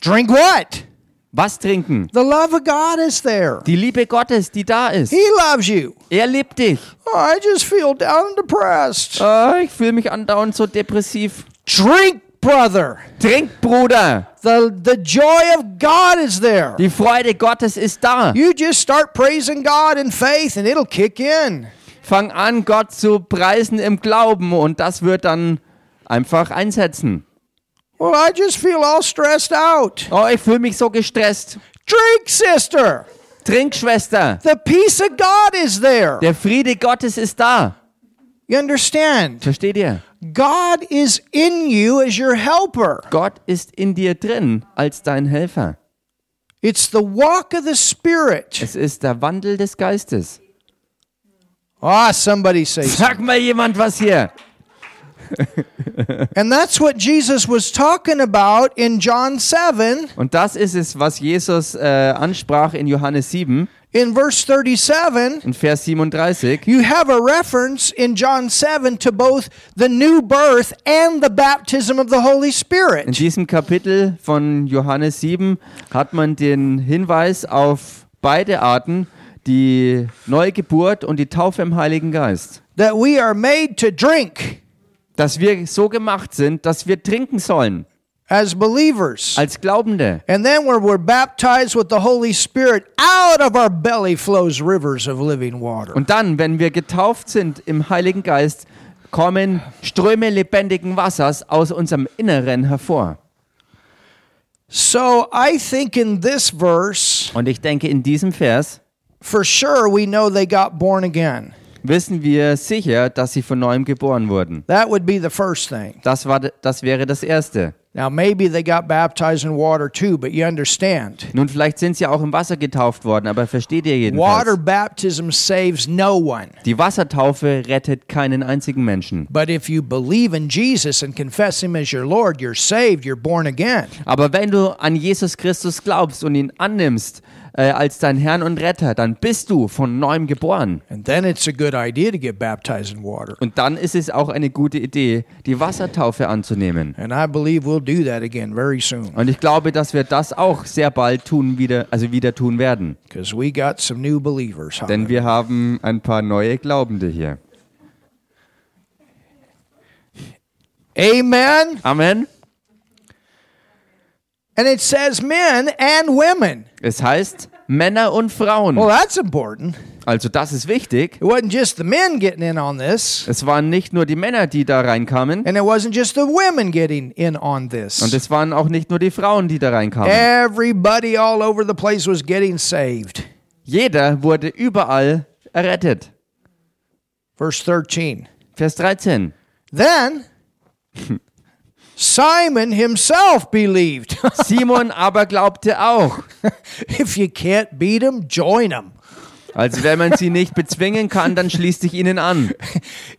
Speaker 2: Drink what?
Speaker 1: Was trinken?
Speaker 2: The love of God is there.
Speaker 1: Die Liebe Gottes, die da ist.
Speaker 2: He loves you.
Speaker 1: Er liebt dich.
Speaker 2: Oh, I just feel down and depressed.
Speaker 1: Oh, ich fühle mich andauernd so depressiv.
Speaker 2: Drink, brother.
Speaker 1: Trink, Bruder.
Speaker 2: The, the joy of God is there.
Speaker 1: Die Freude Gottes ist da.
Speaker 2: You just start praising God in faith and it'll kick in.
Speaker 1: Fang an, Gott zu preisen im Glauben und das wird dann einfach einsetzen.
Speaker 2: Well, I just feel all stressed out.
Speaker 1: Oh, ich fühle mich so gestresst.
Speaker 2: Drink, sister.
Speaker 1: Trink, Schwester.
Speaker 2: The peace of God is there.
Speaker 1: Der Friede Gottes ist da.
Speaker 2: You understand?
Speaker 1: Versteht ihr?
Speaker 2: God is in you as your helper.
Speaker 1: Gott ist in dir drin als dein Helfer.
Speaker 2: It's the walk of the Spirit.
Speaker 1: Es ist der Wandel des Geistes.
Speaker 2: Ah, somebody says.
Speaker 1: Sag mal jemand was hier.
Speaker 2: And that's what Jesus was talking about in John 7
Speaker 1: Und das ist es, was Jesus äh, ansprach in Johannes 7,
Speaker 2: in verse 37.
Speaker 1: in Vers 37.
Speaker 2: You have a reference in John 7 to both the new birth and the baptism of the Holy
Speaker 1: In
Speaker 2: Spirit.
Speaker 1: diesem Kapitel von Johannes 7 hat man den Hinweis auf beide Arten, die Neugeburt und die Taufe im Heiligen Geist.
Speaker 2: That we are made to drink
Speaker 1: Dass wir so gemacht sind, dass wir trinken sollen
Speaker 2: as believers.
Speaker 1: als Glaubende.
Speaker 2: And then when we're baptized with the Holy Spirit, out of our belly flows rivers of living water.
Speaker 1: Und dann, wenn wir getauft sind im Heiligen Geist, kommen Ströme lebendigen Wassers aus unserem Inneren hervor.
Speaker 2: So I think in this verse,
Speaker 1: Und ich denke, in diesem Vers
Speaker 2: for sure we know they got born again.
Speaker 1: wissen wir sicher, dass sie von neuem geboren wurden.
Speaker 2: That would be the first thing.
Speaker 1: Das, war, das wäre das Erste.
Speaker 2: Now maybe they got baptized in water too, but you understand.
Speaker 1: Nun, vielleicht sind sie auch im Wasser getauft worden, aber versteht ihr jedenfalls?
Speaker 2: Water baptism saves no one.
Speaker 1: Die Wassertaufe rettet keinen einzigen Menschen.
Speaker 2: But if you believe in Jesus and confess him as your Lord, you're saved, you're born again.
Speaker 1: Aber wenn du an Jesus Christus glaubst und ihn annimmst äh, als dein Herrn und Retter, dann bist du von neuem geboren.
Speaker 2: And then it's a good idea to get baptized in water.
Speaker 1: Und dann ist es auch eine gute Idee, die Wassertaufe anzunehmen.
Speaker 2: And I believe we'll do that again very soon
Speaker 1: Und ich glaube, dass wir das auch sehr bald tun wieder, also wieder tun werden.
Speaker 2: because we got some new believers. huh?
Speaker 1: Denn wir haben ein paar neue Glaubende hier.
Speaker 2: Amen.
Speaker 1: Amen.
Speaker 2: And it says men and women.
Speaker 1: Es heißt Männer und
Speaker 2: Well,
Speaker 1: Frauen.
Speaker 2: that's important.
Speaker 1: Also das ist wichtig.
Speaker 2: It wasn't just the men getting in on this,
Speaker 1: Es waren nicht nur die Männer, die da reinkamen.
Speaker 2: and it wasn't just the women getting in on
Speaker 1: Und
Speaker 2: this.
Speaker 1: es waren auch nicht nur die Frauen, die da
Speaker 2: Äh.
Speaker 1: reinkamen.
Speaker 2: Everybody all over the place was getting saved.
Speaker 1: Jeder wurde überall errettet.
Speaker 2: Verse 13.
Speaker 1: Vers 13.
Speaker 2: Then Simon himself believed.
Speaker 1: Simon aber glaubte auch.
Speaker 2: if you can't beat him, join him.
Speaker 1: Also wenn man sie nicht bezwingen kann, dann schließt sich ihnen an.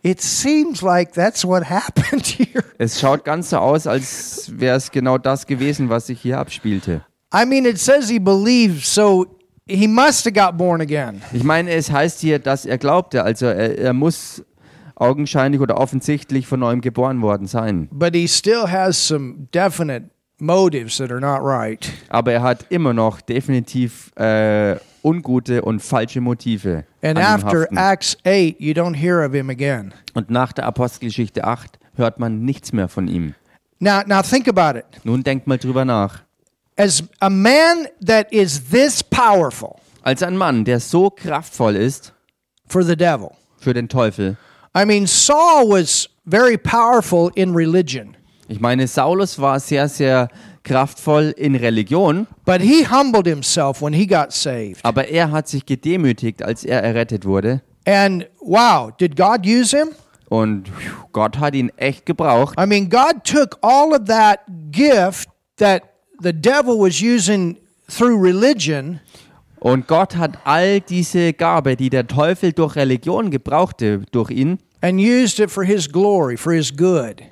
Speaker 2: It seems like that's what happened here.
Speaker 1: Es schaut ganz so aus, als wäre es genau das gewesen, was sich hier abspielte.
Speaker 2: I mean, it says he believed, so he must have got born again.
Speaker 1: Ich meine, es heißt hier, dass er glaubte, also er, er muss augenscheinlich oder offensichtlich von neuem geboren worden sein.
Speaker 2: But he still has some definite motives that are not right.
Speaker 1: Aber er hat immer noch definitiv äh, ungute und falsche Motive. An
Speaker 2: And
Speaker 1: ihm
Speaker 2: after
Speaker 1: haften.
Speaker 2: Acts 8, you don't hear of him again.
Speaker 1: und nach der Apostelgeschichte 8 hört man nichts mehr von ihm.
Speaker 2: Now, now think about it.
Speaker 1: Nun denkt mal drüber nach.
Speaker 2: As a man that is this powerful
Speaker 1: Als ein Mann, der so kraftvoll ist
Speaker 2: for the devil,
Speaker 1: für den Teufel.
Speaker 2: I mean, Saul was very powerful in religion,
Speaker 1: Ich meine, Saulus war sehr, sehr kraftvoll in Religion,
Speaker 2: but he humbled himself when he got saved.
Speaker 1: aber er hat sich gedemütigt, als er errettet wurde.
Speaker 2: And wow, did God use him?
Speaker 1: Und Gott hat ihn echt gebraucht.
Speaker 2: I mean, God took all of that gift that the devil was using through religion,
Speaker 1: Und Gott hat all diese Gabe, die der Teufel durch Religion gebrauchte, durch ihn.
Speaker 2: and used it for his glory, for his good.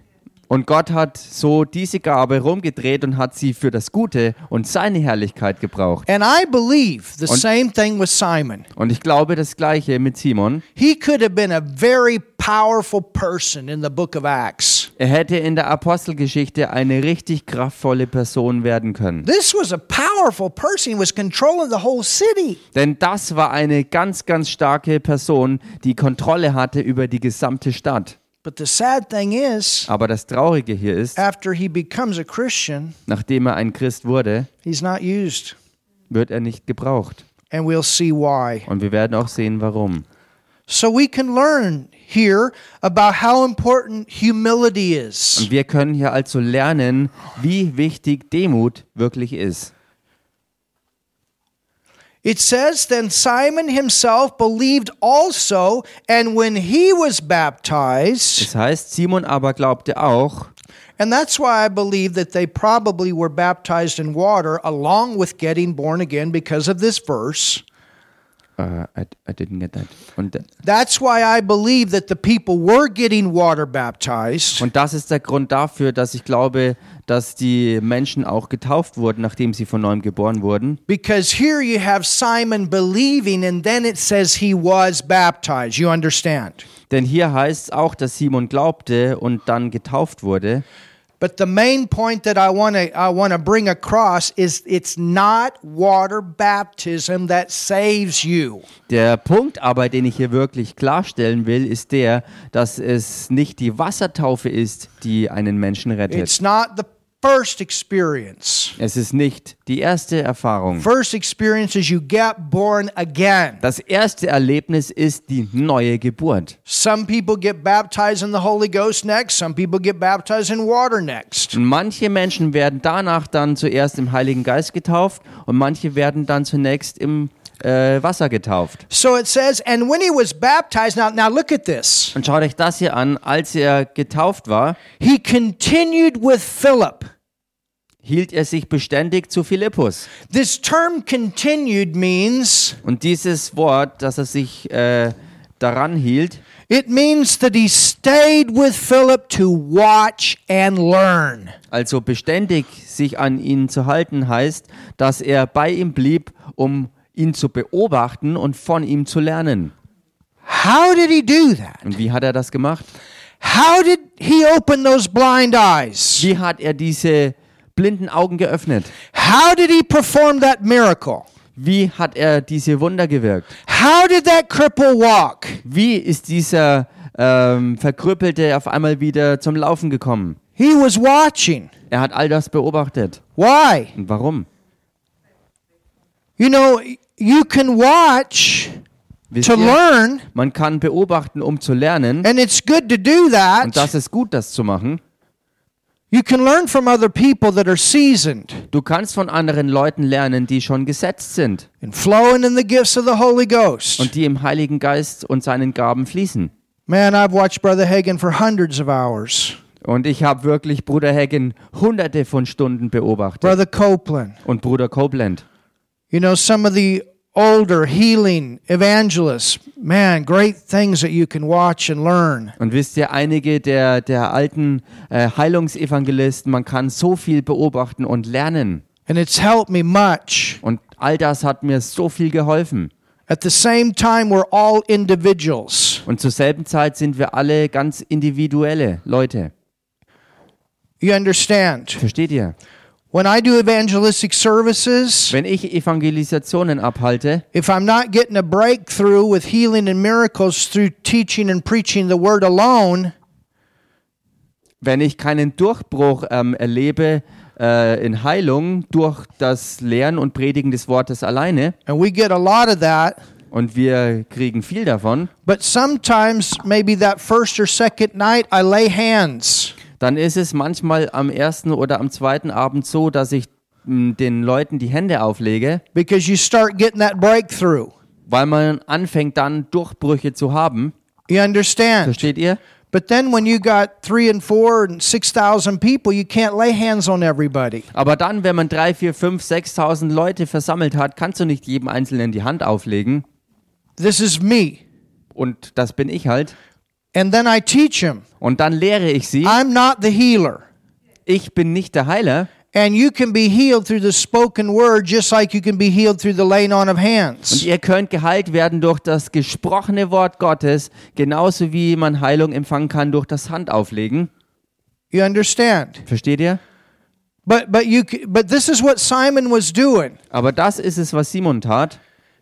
Speaker 1: Und Gott hat so diese Gabe rumgedreht und hat sie für das Gute und seine Herrlichkeit gebraucht.
Speaker 2: And I believe the
Speaker 1: Und-
Speaker 2: same thing with Simon.
Speaker 1: Und ich glaube das gleiche mit Simon.
Speaker 2: He could have been a very powerful person in the book of Acts.
Speaker 1: Er hätte in der Apostelgeschichte eine richtig kraftvolle Person werden können.
Speaker 2: This was a powerful person. He was controlling the whole city.
Speaker 1: Denn das war eine ganz, ganz starke Person, die Kontrolle hatte über die gesamte Stadt.
Speaker 2: But the sad thing is,
Speaker 1: Aber das Traurige hier ist,
Speaker 2: after he becomes a Christian,
Speaker 1: nachdem er ein Christ wurde,
Speaker 2: he's not used.
Speaker 1: wird er nicht gebraucht.
Speaker 2: And we'll see why.
Speaker 1: Und wir werden auch sehen, warum.
Speaker 2: So we can learn here about how important humility is.
Speaker 1: Und wir können hier also lernen, wie wichtig Demut wirklich ist.
Speaker 2: It says, Then Simon himself believed also, and when he was baptized,
Speaker 1: Das heißt, Simon aber glaubte auch,
Speaker 2: and that's why I believe that they probably were baptized in water along with getting born again because of this verse.
Speaker 1: äh, I, I didn't get that. Und,
Speaker 2: That's why I believe that the people were getting water baptized.
Speaker 1: und das ist der Grund dafür, dass ich glaube, dass die Menschen auch getauft wurden, nachdem sie von neuem geboren wurden.
Speaker 2: Because here you have Simon believing, and then it says he was baptized. You understand?
Speaker 1: Denn hier heißt es auch, dass Simon glaubte und dann getauft wurde.
Speaker 2: But the main point that I want to I want to bring across is it's not water baptism that saves you.
Speaker 1: Der Punkt aber, den ich hier wirklich klarstellen will, ist der, dass es nicht die Wassertaufe ist, die einen Menschen rettet.
Speaker 2: It's not the first experience.
Speaker 1: Es ist nicht die erste Erfahrung.
Speaker 2: First experience is you get born again.
Speaker 1: Das erste Erlebnis ist die neue Geburt.
Speaker 2: Some people get baptized in the Holy Ghost next, some people get baptized in water next.
Speaker 1: Und manche Menschen werden danach dann zuerst im Heiligen Geist getauft und manche werden dann zunächst im äh, Wasser getauft.
Speaker 2: So it says, and when he was baptized, now now look at this.
Speaker 1: Und schaut euch das hier an, als er getauft war,
Speaker 2: He continued with Philip.
Speaker 1: hielt er sich beständig zu Philippus.
Speaker 2: This term continued means
Speaker 1: Und dieses Wort, dass er sich äh, daran hielt,
Speaker 2: It means that he stayed with Philip to watch and learn.
Speaker 1: also beständig sich an ihn zu halten, heißt, dass er bei ihm blieb, um ihn zu beobachten und von ihm zu lernen.
Speaker 2: How did he do that?
Speaker 1: Und wie hat er das gemacht?
Speaker 2: How did he open those blind eyes?
Speaker 1: Wie hat er diese blinden Augen geöffnet?
Speaker 2: How did he perform that miracle?
Speaker 1: Wie hat er diese Wunder gewirkt?
Speaker 2: How did that cripple walk?
Speaker 1: Wie ist dieser ähm, Verkrüppelte auf einmal wieder zum Laufen gekommen?
Speaker 2: He was watching.
Speaker 1: Er hat all das beobachtet.
Speaker 2: Why?
Speaker 1: Und warum?
Speaker 2: You know, you can watch
Speaker 1: Wisst
Speaker 2: to
Speaker 1: ihr,
Speaker 2: learn,
Speaker 1: man kann beobachten, um zu lernen.
Speaker 2: and it's good to do
Speaker 1: Und das
Speaker 2: that.
Speaker 1: ist gut, das zu machen.
Speaker 2: You can learn from other people that are seasoned
Speaker 1: Du kannst von anderen Leuten lernen, die schon gesetzt sind
Speaker 2: and flowing in the gifts of the Holy Ghost.
Speaker 1: und die im Heiligen Geist und seinen Gaben fließen.
Speaker 2: Man, I've watched Brother Hagen for hundreds of hours.
Speaker 1: Und ich habe wirklich Bruder Hagen hunderte von Stunden beobachtet.
Speaker 2: Brother Copeland.
Speaker 1: Und Bruder Copeland.
Speaker 2: You know, some of the older healing evangelists, man, great things that you can watch and learn.
Speaker 1: Und wisst ihr, einige der, der alten äh, Heilungsevangelisten, man kann so viel beobachten und lernen.
Speaker 2: And it's helped me much.
Speaker 1: Und all das hat mir so viel geholfen.
Speaker 2: At the same time, we're all individuals.
Speaker 1: Und zur selben Zeit sind wir alle ganz individuelle Leute.
Speaker 2: You understand?
Speaker 1: Versteht ihr?
Speaker 2: When I do evangelistic services,
Speaker 1: Wenn ich Evangelisationen abhalte,
Speaker 2: if I'm not getting a breakthrough with healing and miracles through teaching and preaching the word alone,
Speaker 1: wenn ich keinen Durchbruch ähm, erlebe äh, in Heilung durch das Lehren und Predigen des Wortes alleine,
Speaker 2: and we get a lot of that,
Speaker 1: und wir kriegen viel davon,
Speaker 2: But sometimes, maybe that first or second night, I lay hands.
Speaker 1: dann ist es manchmal am ersten oder am zweiten Abend so, dass ich m, den Leuten die Hände auflege,
Speaker 2: because you start getting that breakthrough.
Speaker 1: weil man anfängt dann Durchbrüche zu haben.
Speaker 2: You understand?
Speaker 1: Versteht ihr?
Speaker 2: But then when you got three and four and 6,000 people, you can't lay hands on everybody.
Speaker 1: Aber dann, wenn man 3, 4, 5, 6.000 Leute versammelt hat, kannst du nicht jedem Einzelnen die Hand auflegen.
Speaker 2: This is me.
Speaker 1: Und das bin ich halt.
Speaker 2: And then I teach them
Speaker 1: Und dann lehre ich sie,
Speaker 2: I'm not the healer.
Speaker 1: ich bin nicht der Heiler.
Speaker 2: And you can be healed through the spoken word just like you can be healed through the laying on of
Speaker 1: Und
Speaker 2: hands.
Speaker 1: ihr könnt geheilt werden durch das gesprochene Wort Gottes, genauso wie man Heilung empfangen kann durch das Handauflegen.
Speaker 2: You understand?
Speaker 1: Versteht ihr?
Speaker 2: But but you c- but this is what Simon was doing.
Speaker 1: Aber das ist es, was Simon tat.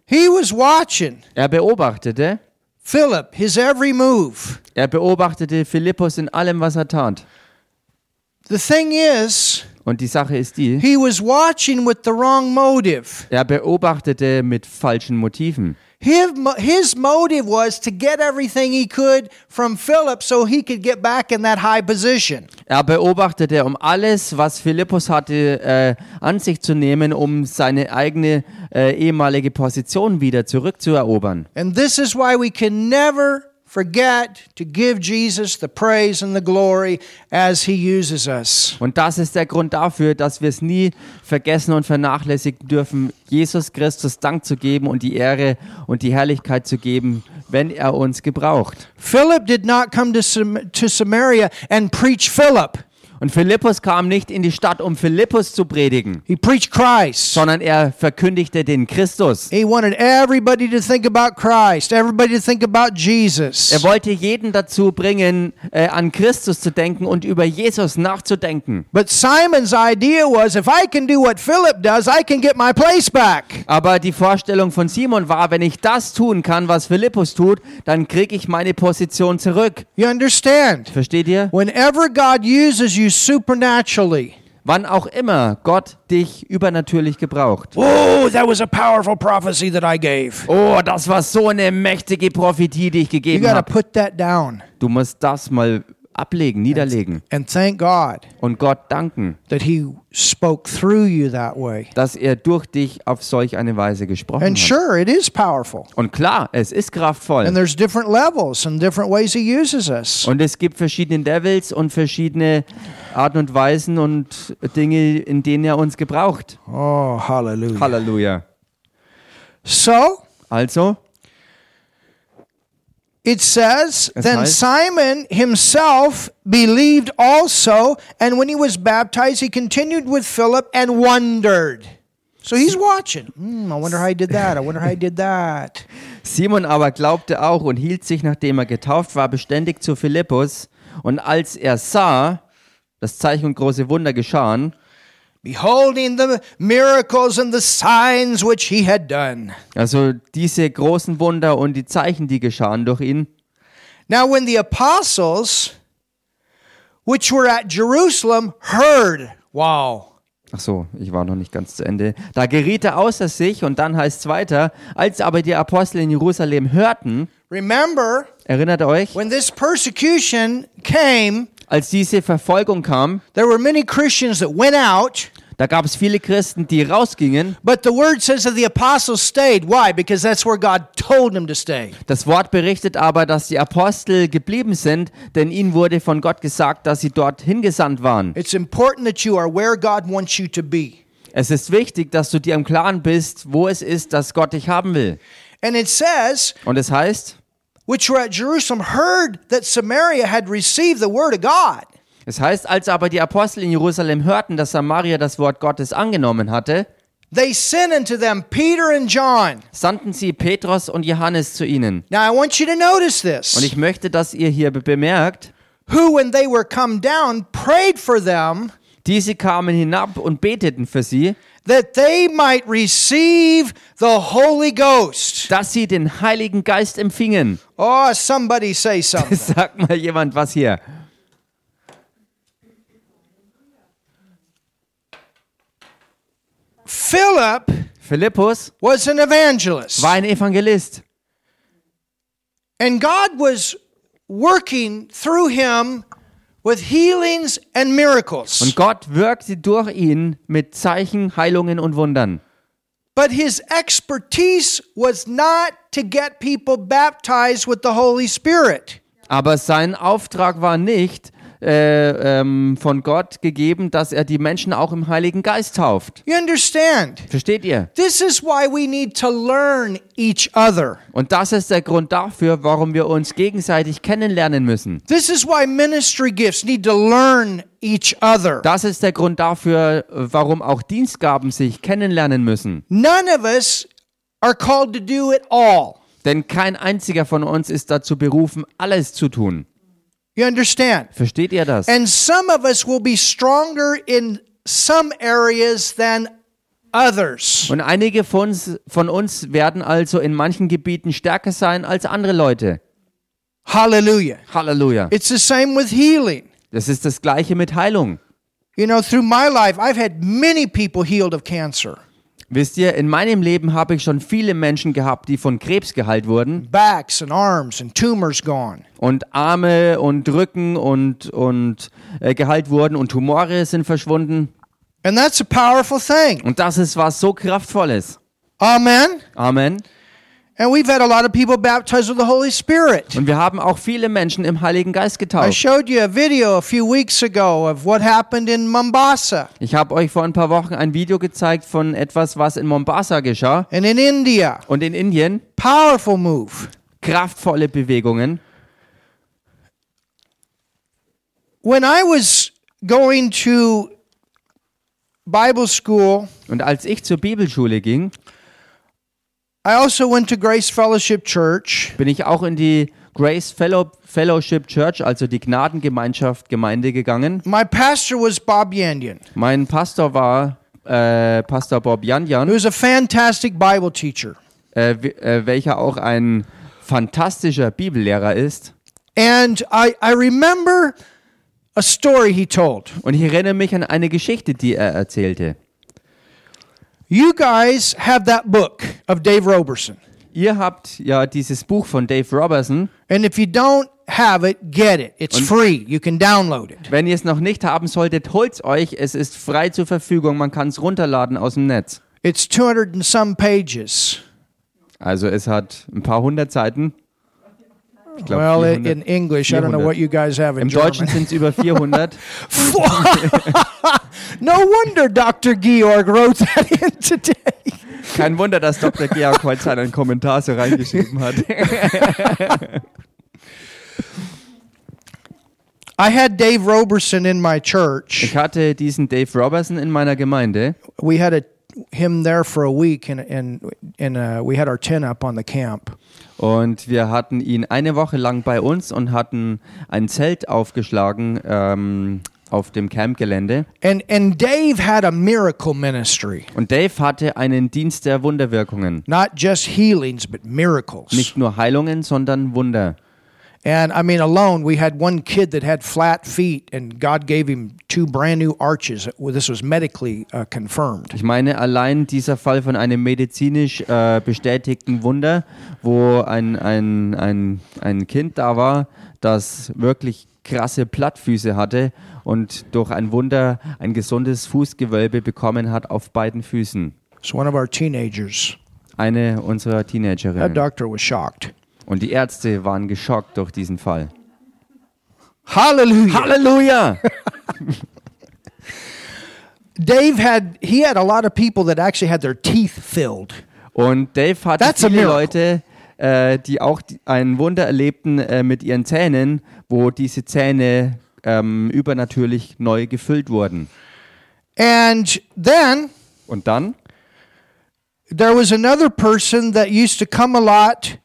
Speaker 2: He was watching
Speaker 1: Er beobachtete,
Speaker 2: Philip his every move.
Speaker 1: er beobachtete Philippus in allem, was er tat.
Speaker 2: The thing is,
Speaker 1: Und die Sache ist die,
Speaker 2: he was watching with the wrong motive.
Speaker 1: er beobachtete mit falschen Motiven.
Speaker 2: His, mo- his motive was to get everything he could from Philip so he could get back in that high position.
Speaker 1: Er beobachtete, um alles, was Philippus hatte, äh, an sich zu nehmen, um seine eigene äh, ehemalige Position wieder zurückzuerobern.
Speaker 2: And this is why we can never forget to give Jesus the praise and the glory as he uses us.
Speaker 1: Und das ist der Grund dafür, dass wir es nie vergessen und vernachlässigen dürfen, Jesus Christus Dank zu geben und die Ehre und die Herrlichkeit zu geben, wenn er uns gebraucht.
Speaker 2: Philip did not come to, Sam- to Samaria and preach Philip,
Speaker 1: Und Philippus kam nicht in die Stadt, um Philippus zu predigen,
Speaker 2: he preached Christ.
Speaker 1: sondern er verkündigte den Christus.
Speaker 2: He wanted everybody to think about Christ, everybody to think about Jesus.
Speaker 1: Er wollte jeden dazu bringen, äh, an Christus zu denken und über Jesus nachzudenken.
Speaker 2: But Simon's idea was if I can do what Philip does, I can get my place back.
Speaker 1: Aber die Vorstellung von Simon war, wenn ich das tun kann, was Philippus tut, dann kriege ich meine Position zurück.
Speaker 2: You understand?
Speaker 1: Versteht ihr?
Speaker 2: Whenever God uses you supernaturally,
Speaker 1: Wann auch immer Gott dich übernatürlich gebraucht.
Speaker 2: oh, that was a powerful prophecy that I gave.
Speaker 1: Oh, das war so eine mächtige Prophetie, die ich
Speaker 2: You
Speaker 1: gegeben
Speaker 2: got
Speaker 1: habe.
Speaker 2: to put that down
Speaker 1: Du musst das mal ablegen, niederlegen
Speaker 2: and thank God
Speaker 1: und Gott danken,
Speaker 2: that He spoke through you that way.
Speaker 1: dass er durch dich auf solch eine Weise gesprochen
Speaker 2: And
Speaker 1: hat.
Speaker 2: sure, it is powerful.
Speaker 1: Und klar, es ist
Speaker 2: And
Speaker 1: kraftvoll.
Speaker 2: there's different levels and different ways He uses us.
Speaker 1: Und es gibt verschiedene Levels und verschiedene Arten und Weisen und Dinge, in denen er uns gebraucht.
Speaker 2: Oh, hallelujah.
Speaker 1: Halleluja.
Speaker 2: So
Speaker 1: Also,
Speaker 2: it says,
Speaker 1: Es
Speaker 2: Then
Speaker 1: heißt-
Speaker 2: Simon himself believed also, and when he was baptized, he continued with Philip and wondered. So he's watching. Hmm, I wonder how he did that. I wonder how he did that.
Speaker 1: Simon aber glaubte auch und hielt sich, nachdem er getauft war, beständig zu Philippus. Und als er sah, dass Zeichen und große Wunder geschahen,
Speaker 2: Beholding the miracles and the signs which he had done.
Speaker 1: also diese großen Wunder und die Zeichen, die geschahen durch ihn.
Speaker 2: Now, when the apostles, which were at Jerusalem, heard, wow,
Speaker 1: Ach so, ich war noch nicht ganz zu Ende. Da geriet er außer sich und dann heißt es weiter, als aber die Apostel in Jerusalem hörten,
Speaker 2: remember
Speaker 1: erinnert euch,
Speaker 2: when this persecution came,
Speaker 1: als diese Verfolgung kam,
Speaker 2: there were many Christians that went out,
Speaker 1: da gab es viele Christen, die rausgingen.
Speaker 2: but the word says that the apostles stayed. Why? Because that's where God told them to stay.
Speaker 1: Das Wort berichtet aber, dass die Apostel geblieben sind, denn ihnen wurde von Gott gesagt, dass sie dorthin gesandt waren.
Speaker 2: It's important that you are where God wants you to be.
Speaker 1: Es ist wichtig, dass du dir im Klaren bist, wo es ist, dass Gott dich haben will.
Speaker 2: And it says,
Speaker 1: Und es heißt,
Speaker 2: which were at Jerusalem heard that Samaria had received the word of God.
Speaker 1: es heißt, als aber die Apostel in Jerusalem hörten, dass Samaria das Wort Gottes angenommen hatte,
Speaker 2: They sent unto them Peter and John.
Speaker 1: sandten sie Petrus und Johannes zu ihnen.
Speaker 2: Now I want you to notice this.
Speaker 1: Und ich möchte, dass ihr hier be- bemerkt,
Speaker 2: who, when they were come down, prayed for them
Speaker 1: diese kamen hinab und beteten für sie,
Speaker 2: that they might receive the Holy Ghost.
Speaker 1: dass sie den Heiligen Geist empfingen.
Speaker 2: Oh, somebody say something.
Speaker 1: Sag mal jemand was hier.
Speaker 2: Philip
Speaker 1: Philippus
Speaker 2: was an evangelist,
Speaker 1: war ein Evangelist.
Speaker 2: and God was working through him with healings and miracles.
Speaker 1: Und Gott wirkte durch ihn mit Zeichen, Heilungen und Wundern.
Speaker 2: But his expertise was not to get people baptized with the Holy Spirit.
Speaker 1: Aber sein Auftrag war nicht äh, ähm, von Gott gegeben, dass er die Menschen auch im Heiligen Geist tauft.
Speaker 2: You understand?
Speaker 1: Versteht ihr?
Speaker 2: This is why we need to learn each other.
Speaker 1: Und das ist der Grund dafür, warum wir uns gegenseitig kennenlernen müssen.
Speaker 2: This is why ministry gifts need to learn each other.
Speaker 1: Das ist der Grund dafür, warum auch Dienstgaben sich kennenlernen müssen.
Speaker 2: None of us are called to do it all.
Speaker 1: Denn kein einziger von uns ist dazu berufen, alles zu tun.
Speaker 2: You understand?
Speaker 1: Versteht ihr das?
Speaker 2: And some of us will be stronger in some areas than others.
Speaker 1: Und einige von uns, von uns werden also in manchen Gebieten stärker sein als andere Leute.
Speaker 2: Hallelujah.
Speaker 1: Halleluja.
Speaker 2: It's the same with healing.
Speaker 1: Das ist das gleiche mit Heilung.
Speaker 2: You know, through my life, I've had many people healed of cancer
Speaker 1: Wisst ihr, in meinem Leben habe ich schon viele Menschen gehabt, die von Krebs geheilt wurden
Speaker 2: backs and arms and tumors gone.
Speaker 1: und Arme und Rücken und, und äh, geheilt wurden und Tumore sind verschwunden.
Speaker 2: And that's a powerful thing.
Speaker 1: Und das ist was so Kraftvolles.
Speaker 2: Amen.
Speaker 1: Amen.
Speaker 2: And we've had a lot of people baptized with the Holy Spirit.
Speaker 1: Und wir haben auch viele Menschen im Heiligen Geist
Speaker 2: I
Speaker 1: getauft.
Speaker 2: showed you a video a few weeks ago of what happened in Mombasa
Speaker 1: Ich habe euch vor ein paar Wochen ein Video gezeigt von etwas, was in Mombasa geschah
Speaker 2: and in India.
Speaker 1: und in Indien.
Speaker 2: Powerful move.
Speaker 1: Kraftvolle Bewegungen.
Speaker 2: When I was going to Bible school,
Speaker 1: Und als ich zur Bibelschule ging,
Speaker 2: I also went to Grace Fellowship Church.
Speaker 1: bin ich auch in die Grace Fellow Fellowship Church, also die Gnadengemeinschaft Gemeinde gegangen.
Speaker 2: My pastor was Bob Yandian,
Speaker 1: Mein Pastor war äh, Pastor Bob Janjan,
Speaker 2: who was a fantastic Bible teacher.
Speaker 1: äh, w- äh, welcher auch ein fantastischer Bibellehrer ist.
Speaker 2: And I, I remember a story he told.
Speaker 1: Und ich erinnere mich an eine Geschichte, die er erzählte.
Speaker 2: You guys have that book of Dave Roberson.
Speaker 1: Ihr habt ja dieses Buch von Dave Robertson.
Speaker 2: And if you don't have it, get it. It's free. You can download it.
Speaker 1: Wenn ihr es noch nicht haben solltet, holt's euch. Es ist frei zur Verfügung. Man kann es runterladen aus dem Netz.
Speaker 2: It's 200 and some pages.
Speaker 1: Also es hat ein paar hundert Seiten. Ich glaub,
Speaker 2: well, in,
Speaker 1: 400.
Speaker 2: in English, I don't know
Speaker 1: 400.
Speaker 2: what you guys have in
Speaker 1: Im
Speaker 2: German.
Speaker 1: Deutschen sind es über 400.
Speaker 2: no wonder Dr. Georg wrote that in today.
Speaker 1: Kein Wunder, dass Dr. Georg heute seinen Kommentar so reingeschrieben hat.
Speaker 2: I had Dave Roberson in my church.
Speaker 1: Ich hatte diesen Dave Robertson in meiner Gemeinde.
Speaker 2: We had a, him there for a week, and and and uh, we had our tent up on the camp.
Speaker 1: Und wir hatten ihn eine Woche lang bei uns und hatten ein Zelt aufgeschlagen ähm, auf dem Campgelände.
Speaker 2: And and Dave had a miracle ministry,
Speaker 1: Und Dave hatte einen Dienst der Wunderwirkungen.
Speaker 2: not just healings but miracles.
Speaker 1: Nicht nur Heilungen, sondern Wunder.
Speaker 2: And I mean, alone we had one kid that had flat feet, and God gave him two brand new arches. Well, This was medically uh, confirmed.
Speaker 1: Ich meine, allein dieser Fall von einem medizinisch äh, bestätigten Wunder, wo ein, ein, ein, ein Kind da war, das wirklich krasse Plattfüße hatte und durch ein Wunder ein gesundes Fußgewölbe bekommen hat auf beiden Füßen.
Speaker 2: So one of our teenagers.
Speaker 1: Eine unserer
Speaker 2: That
Speaker 1: Teenagerinnen.
Speaker 2: doctor was shocked.
Speaker 1: Und die Ärzte waren geschockt durch diesen Fall.
Speaker 2: Hallelujah.
Speaker 1: Halleluja!
Speaker 2: Dave had he had a lot of people that actually had their teeth filled.
Speaker 1: Und Dave hatte
Speaker 2: That's a
Speaker 1: viele
Speaker 2: miracle.
Speaker 1: Leute, äh, die auch die- ein Wunder erlebten äh, mit ihren Zähnen, wo diese Zähne ähm, übernatürlich neu gefüllt wurden.
Speaker 2: And then
Speaker 1: Und dann
Speaker 2: there was another person that used to come a lot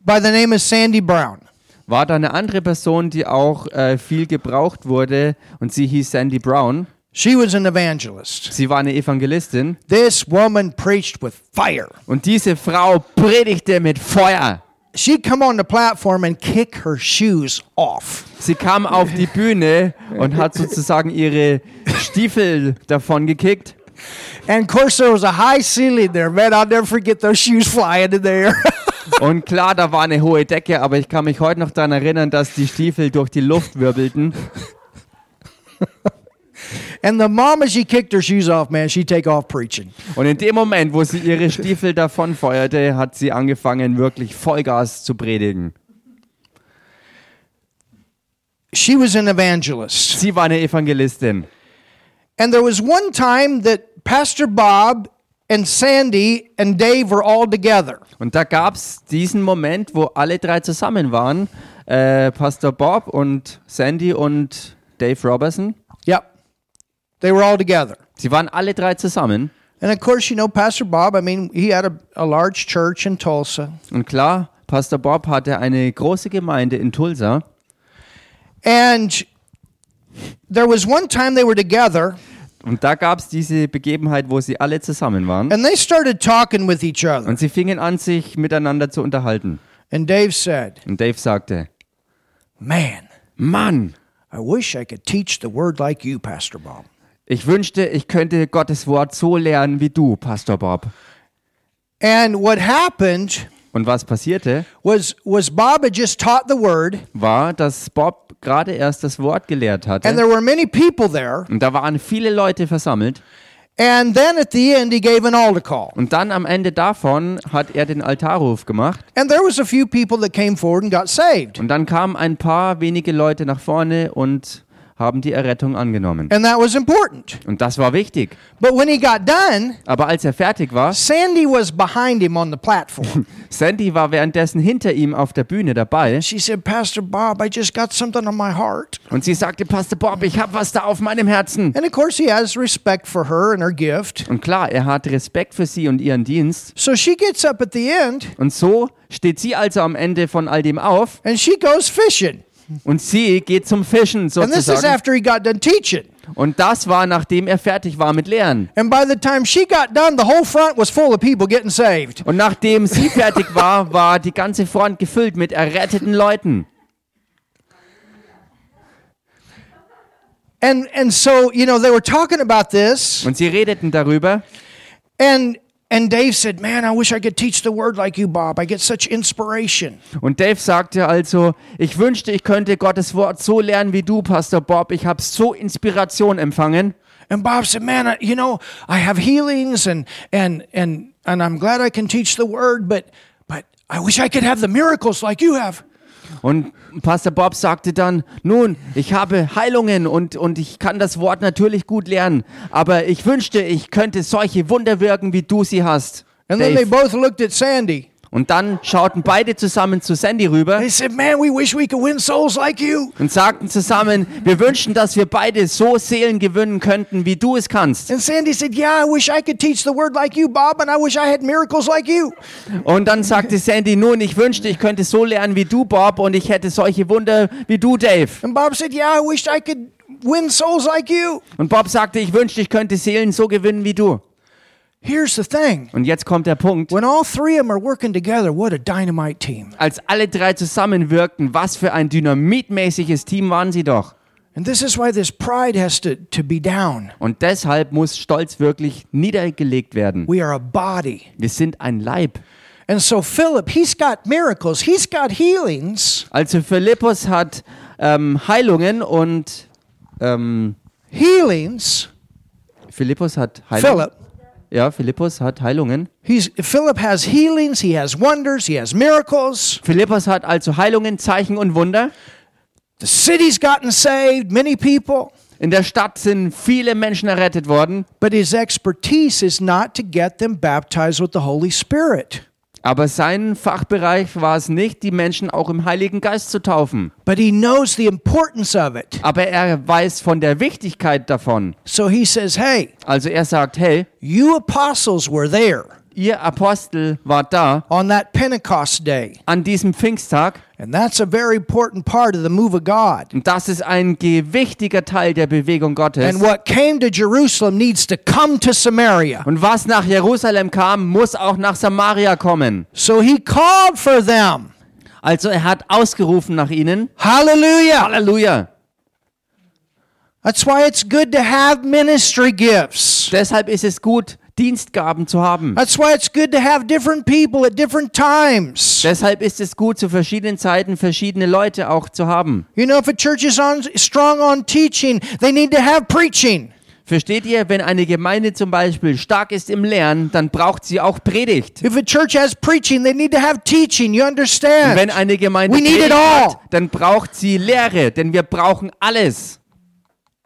Speaker 2: by the name of Sandy Brown.
Speaker 1: war da eine andere Person, die auch äh, viel gebraucht wurde und sie hieß Sandy Brown.
Speaker 2: She was an evangelist.
Speaker 1: Sie war eine Evangelistin
Speaker 2: This woman preached with fire.
Speaker 1: und diese Frau predigte mit Feuer.
Speaker 2: She'd come on the platform and kick her shoes off.
Speaker 1: Sie kam auf die Bühne und hat sozusagen ihre Stiefel davon gekickt.
Speaker 2: And of course, there was a high ceiling there. Man, I'll never forget those shoes flying in the air.
Speaker 1: Und klar, da war eine hohe Decke, aber ich kann mich heute noch daran erinnern, dass die Stiefel durch die Luft wirbelten.
Speaker 2: and the moment she kicked her shoes off, man, she'd take off preaching.
Speaker 1: Und in dem Moment, wo sie ihre Stiefel davonfeuerte, hat sie angefangen, wirklich Vollgas zu predigen.
Speaker 2: She was an evangelist.
Speaker 1: Sie war eine Evangelistin.
Speaker 2: And there was one time that Pastor Bob and Sandy and Dave were all together.
Speaker 1: Und da gab es diesen Moment, wo alle drei zusammen waren. Äh, Pastor Bob und Sandy und Dave Robertson.
Speaker 2: Yep. They were all together.
Speaker 1: Sie waren alle drei zusammen.
Speaker 2: And of course, you know, Pastor Bob, I mean, he had a, a large church in Tulsa.
Speaker 1: Und klar, Pastor Bob hatte eine große Gemeinde in Tulsa.
Speaker 2: And there was one time they were together
Speaker 1: Und da gab es diese Begebenheit, wo sie alle zusammen waren.
Speaker 2: and they started talking with each other.
Speaker 1: Und sie fingen an, sich miteinander zu unterhalten.
Speaker 2: And Dave said,
Speaker 1: Und Dave sagte,
Speaker 2: Man,
Speaker 1: Mann,
Speaker 2: I wish I could teach the word like you, Pastor Bob.
Speaker 1: ich wünschte, ich könnte Gottes Wort so lernen wie du, Pastor Bob.
Speaker 2: And what happened
Speaker 1: Und was passierte,
Speaker 2: was was Bob had just taught the word,
Speaker 1: war, dass Bob gerade erst das Wort gelehrt
Speaker 2: and
Speaker 1: hatte.
Speaker 2: there were many people there.
Speaker 1: Und da waren viele Leute versammelt.
Speaker 2: And then at the end, he gave an altar call,
Speaker 1: Und dann am Ende davon hat er den Altarruf gemacht.
Speaker 2: and there was a few people that came forward and got saved,
Speaker 1: Und dann kamen ein paar wenige Leute nach vorne und haben die Errettung angenommen.
Speaker 2: and that was important.
Speaker 1: Und das war wichtig.
Speaker 2: But when he got done,
Speaker 1: Aber als er fertig war,
Speaker 2: Sandy was behind him on the platform.
Speaker 1: Sandy war währenddessen hinter ihm auf der Bühne dabei
Speaker 2: she said, "Pastor Bob, I just got something on my heart."
Speaker 1: und sie sagte, Pastor Bob, ich hab was da auf meinem Herzen.
Speaker 2: And of course, he has respect for her and her gift.
Speaker 1: Und klar, er hat Respekt für sie und ihren Dienst.
Speaker 2: So she gets up at the end
Speaker 1: Und so steht sie also am Ende von all dem auf
Speaker 2: and she goes fishing.
Speaker 1: und sie geht zum Fischen
Speaker 2: And this is
Speaker 1: sozusagen.
Speaker 2: after he got done teaching.
Speaker 1: Und das war, nachdem er fertig war mit Lehren.
Speaker 2: And by the time she got done, the whole front was full of people getting saved.
Speaker 1: Und nachdem sie fertig war, war die ganze Front gefüllt mit erretteten Leuten.
Speaker 2: And and so, you know, they were talking about this
Speaker 1: Und sie redeten darüber.
Speaker 2: and and Dave said, "Man, I wish I could teach the word like you, Bob. I get such inspiration."
Speaker 1: Und Dave sagte also, ich wünschte, ich könnte Gottes Wort so lernen wie du, Pastor Bob. Ich habe so Inspiration empfangen.
Speaker 2: And Bob said, "Man, I, you know, I have healings and and and and I'm glad I can teach the word, but but I wish I could have the miracles like you have."
Speaker 1: Und Pastor Bob sagte dann, nun, ich habe Heilungen und, und ich kann das Wort natürlich gut lernen, aber ich wünschte, ich könnte solche Wunder wirken, wie du sie hast.
Speaker 2: And then they
Speaker 1: Dave.
Speaker 2: both looked at Sandy.
Speaker 1: Und dann schauten beide zusammen zu Sandy rüber
Speaker 2: They said, "Man, we wish we could win souls like you."
Speaker 1: und sagten zusammen, wir wünschen, dass wir beide so Seelen gewinnen könnten, wie du es kannst.
Speaker 2: And Sandy said, "Yeah, I wish I could teach the word like you, Bob, and I wish I had miracles like you."
Speaker 1: Und dann sagte Sandy, nun, ich wünschte, ich könnte so lernen wie du, Bob, und ich hätte solche Wunder wie du, Dave.
Speaker 2: And Bob said, "Yeah, I wished I could win souls like you."
Speaker 1: Und Bob sagte, ich wünschte, ich könnte Seelen so gewinnen wie du.
Speaker 2: Here's the thing.
Speaker 1: Und jetzt kommt der Punkt.
Speaker 2: When all three of them are working together, what a dynamite team.
Speaker 1: Als alle drei zusammenwirkten, was für ein dynamitmäßiges Team waren sie doch.
Speaker 2: And this is why this pride has to, to be down.
Speaker 1: Und deshalb muss Stolz wirklich niedergelegt werden.
Speaker 2: We are a body.
Speaker 1: Wir sind ein Leib.
Speaker 2: And so Philip, he's got miracles, he's got healings,
Speaker 1: Also Philippus hat ähm, Heilungen und ähm,
Speaker 2: healings.
Speaker 1: Philippus hat Heilungen.
Speaker 2: Philip,
Speaker 1: Ja, Philippus hat Heilungen.
Speaker 2: he's Philip has healings, he has wonders, he has miracles.
Speaker 1: Philippus hat also Heilungen, Zeichen und Wunder.
Speaker 2: The city's gotten saved, many people.
Speaker 1: In der Stadt sind viele Menschen errettet worden,
Speaker 2: But his expertise is not to get them baptized with the Holy Spirit.
Speaker 1: aber sein Fachbereich war es nicht, die Menschen auch im Heiligen Geist zu taufen.
Speaker 2: But he knows the importance of it.
Speaker 1: Aber er weiß von der Wichtigkeit davon.
Speaker 2: So he says, Hey,
Speaker 1: Also er sagt, hey,
Speaker 2: you apostles were there
Speaker 1: ihr Apostel wart da
Speaker 2: on that Pentecost day.
Speaker 1: an diesem Pfingsttag
Speaker 2: And that's a very important part of the move of God.
Speaker 1: und das ist ein gewichtiger Teil der Bewegung Gottes.
Speaker 2: And what came to Jerusalem needs to come to Samaria.
Speaker 1: Und was nach Jerusalem kam, muss auch nach Samaria kommen.
Speaker 2: So he called for them.
Speaker 1: Also er hat ausgerufen nach ihnen.
Speaker 2: Hallelujah.
Speaker 1: Halleluja.
Speaker 2: That's why it's good to have ministry gifts.
Speaker 1: Deshalb ist es gut, Dienstgaben zu haben.
Speaker 2: That's why it's good to have different people at different times.
Speaker 1: Deshalb ist es gut, zu verschiedenen Zeiten verschiedene Leute auch zu haben.
Speaker 2: You know, if a church is on, strong on teaching, they need to have preaching.
Speaker 1: Versteht ihr, wenn eine Gemeinde zum Beispiel stark ist im Lernen, dann braucht sie auch Predigt.
Speaker 2: If a church has preaching, they need to have teaching. You
Speaker 1: Und
Speaker 2: understand?
Speaker 1: wenn eine Gemeinde
Speaker 2: We need it
Speaker 1: Predigt
Speaker 2: all.
Speaker 1: hat, dann braucht sie Lehre, denn wir brauchen alles.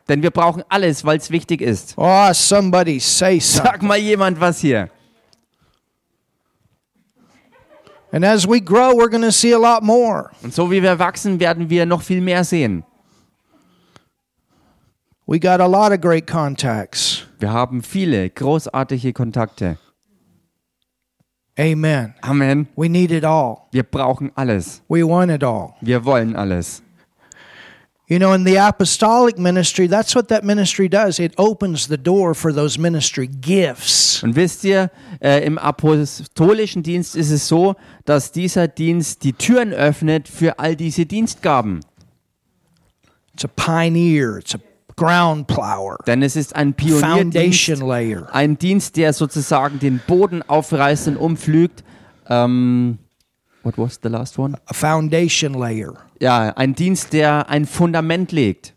Speaker 1: Denn wir brauchen alles, weil es wichtig ist.
Speaker 2: oh, somebody say something.
Speaker 1: Sag mal jemand was hier.
Speaker 2: And as we grow, we're going to see a lot more.
Speaker 1: Und so wie wir wachsen, werden wir noch viel mehr sehen.
Speaker 2: We got a lot of great contacts.
Speaker 1: Wir haben viele großartige Kontakte.
Speaker 2: Amen.
Speaker 1: Amen.
Speaker 2: We need it all.
Speaker 1: Wir brauchen alles.
Speaker 2: We want it all.
Speaker 1: Wir wollen alles.
Speaker 2: You know, in the apostolic ministry, that's what that ministry does. It opens the door for those ministry gifts.
Speaker 1: Und wisst ihr, äh, im apostolischen Dienst ist es so, dass dieser Dienst die Türen öffnet für all diese Dienstgaben.
Speaker 2: It's a pioneer, it's a ground plower,
Speaker 1: Denn es ist ein
Speaker 2: foundation
Speaker 1: Pionierdienst,
Speaker 2: layer.
Speaker 1: ein Dienst, der sozusagen den Boden aufreißt und umflügt. Ähm, what was the last one?
Speaker 2: A foundation layer.
Speaker 1: Ja, ein Dienst, der ein Fundament legt.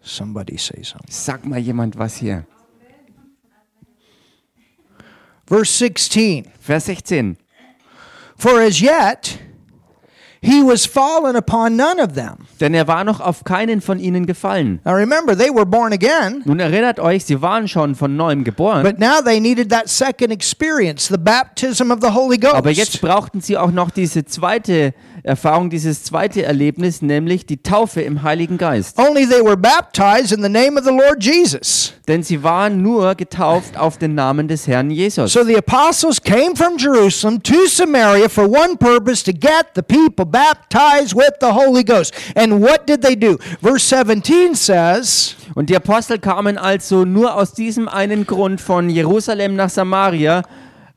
Speaker 2: Somebody say something.
Speaker 1: Sag mal jemand was hier.
Speaker 2: Verse 16
Speaker 1: Vers 16.
Speaker 2: For as yet, he was fallen upon none of them.
Speaker 1: Denn er war noch auf keinen von ihnen gefallen.
Speaker 2: Now remember, they were born again,
Speaker 1: Nun erinnert euch, sie waren schon von neuem geboren.
Speaker 2: but now they needed that second experience, the baptism of the Holy
Speaker 1: Aber jetzt
Speaker 2: Ghost.
Speaker 1: brauchten sie auch noch diese zweite Erfahrung, dieses zweite Erlebnis, nämlich die Taufe im Heiligen Geist.
Speaker 2: Only they were baptized in the name of the Lord Jesus.
Speaker 1: Denn sie waren nur getauft auf den Namen des Herrn Jesus.
Speaker 2: So the apostles came from Jerusalem to Samaria for one purpose to get the people baptized with the Holy Ghost. And what did they do? Verse 17 says,
Speaker 1: Und die Apostel kamen also nur aus diesem einen Grund von Jerusalem nach Samaria,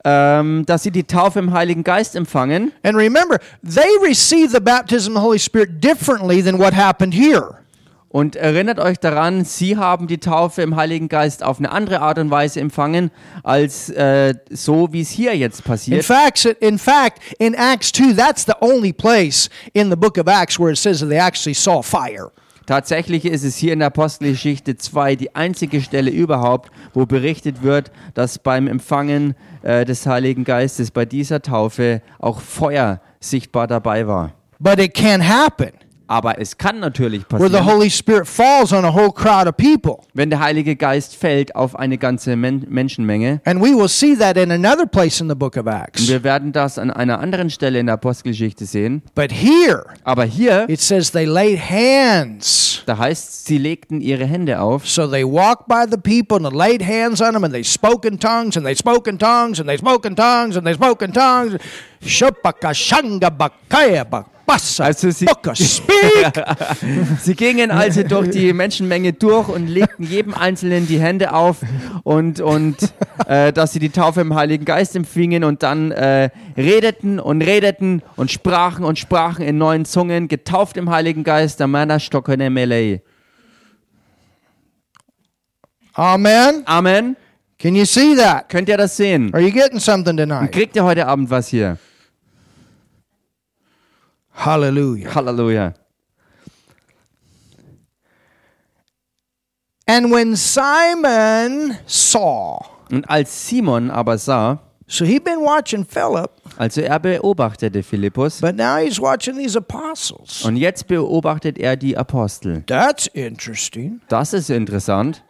Speaker 1: ähm, dass sie die Taufe im Heiligen Geist empfangen.
Speaker 2: and remember, they received the baptism of the Holy Spirit differently than what happened here.
Speaker 1: Und erinnert euch daran, sie haben die Taufe im Heiligen Geist auf eine andere Art und Weise empfangen, als äh, so, wie es hier jetzt
Speaker 2: In
Speaker 1: passiert.
Speaker 2: fact, in fact, in Acts 2, that's the only place in the book of Acts where it says that they actually saw fire.
Speaker 1: Tatsächlich ist es hier in der Apostelgeschichte 2 die einzige Stelle überhaupt, wo berichtet wird, dass beim Empfangen äh, des Heiligen Geistes bei dieser Taufe auch Feuer sichtbar dabei war.
Speaker 2: But it can happen
Speaker 1: Aber es kann natürlich
Speaker 2: where the
Speaker 1: passieren,
Speaker 2: Holy Spirit falls on a whole crowd of people.
Speaker 1: wenn der Heilige Geist fällt auf eine ganze Men Menschenmenge.
Speaker 2: And we will see that in another place in the book of Acts.
Speaker 1: Wir werden das an einer anderen Stelle in der Apostelgeschichte sehen.
Speaker 2: But here,
Speaker 1: Aber hier,
Speaker 2: it says they laid hands.
Speaker 1: da heißt, sie legten ihre Hände auf.
Speaker 2: So they walked by the people and laid hands on them, and they spoke in tongues, and they spoke in tongues, and they spoke in tongues, and they spoke in tongues. Shopaka shanga bakaya bakbasa.
Speaker 1: Also sie-
Speaker 2: boka speak.
Speaker 1: Sie gingen also durch die Menschenmenge durch und legten jedem Einzelnen die Hände auf und, und äh, dass sie die Taufe im Heiligen Geist empfingen und dann äh, redeten und redeten und sprachen und sprachen in neuen Zungen, getauft im Heiligen Geist, der Mann stockene Melei.
Speaker 2: Amen.
Speaker 1: Amen.
Speaker 2: Can you see that?
Speaker 1: Könnt ihr das sehen?
Speaker 2: Are you getting something tonight?
Speaker 1: Kriegt ihr heute Abend was hier?
Speaker 2: Hallelujah.
Speaker 1: Halleluja.
Speaker 2: And when Simon saw,
Speaker 1: Und als Simon aber sah,
Speaker 2: so he'd been watching Philip,
Speaker 1: also er beobachtete Philippus,
Speaker 2: but now he's watching these apostles.
Speaker 1: und jetzt beobachtet er die Apostel.
Speaker 2: That's interesting.
Speaker 1: Das ist interessant.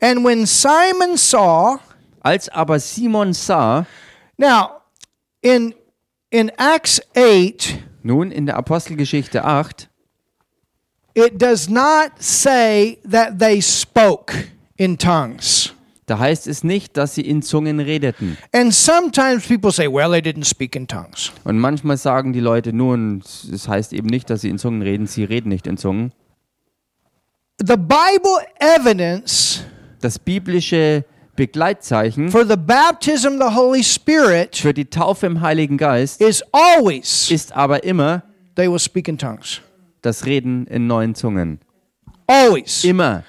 Speaker 2: And when Simon saw,
Speaker 1: Als aber Simon sah,
Speaker 2: Now, in in Acts 8,
Speaker 1: nun in der Apostelgeschichte 8,
Speaker 2: it does not say that they spoke in tongues.
Speaker 1: da heißt es nicht, dass sie in Zungen redeten.
Speaker 2: And sometimes people say, well, they didn't speak in tongues.
Speaker 1: Und manchmal sagen die Leute nun, es heißt eben nicht, dass sie in Zungen reden, sie reden nicht in Zungen.
Speaker 2: The Bible evidence
Speaker 1: Das biblische Begleitzeichen
Speaker 2: for the baptism of the Holy Spirit
Speaker 1: für die Taufe im Heiligen Geist
Speaker 2: is always
Speaker 1: ist aber immer
Speaker 2: they will speak in tongues.
Speaker 1: das Reden in neuen Zungen.
Speaker 2: Always.
Speaker 1: Immer.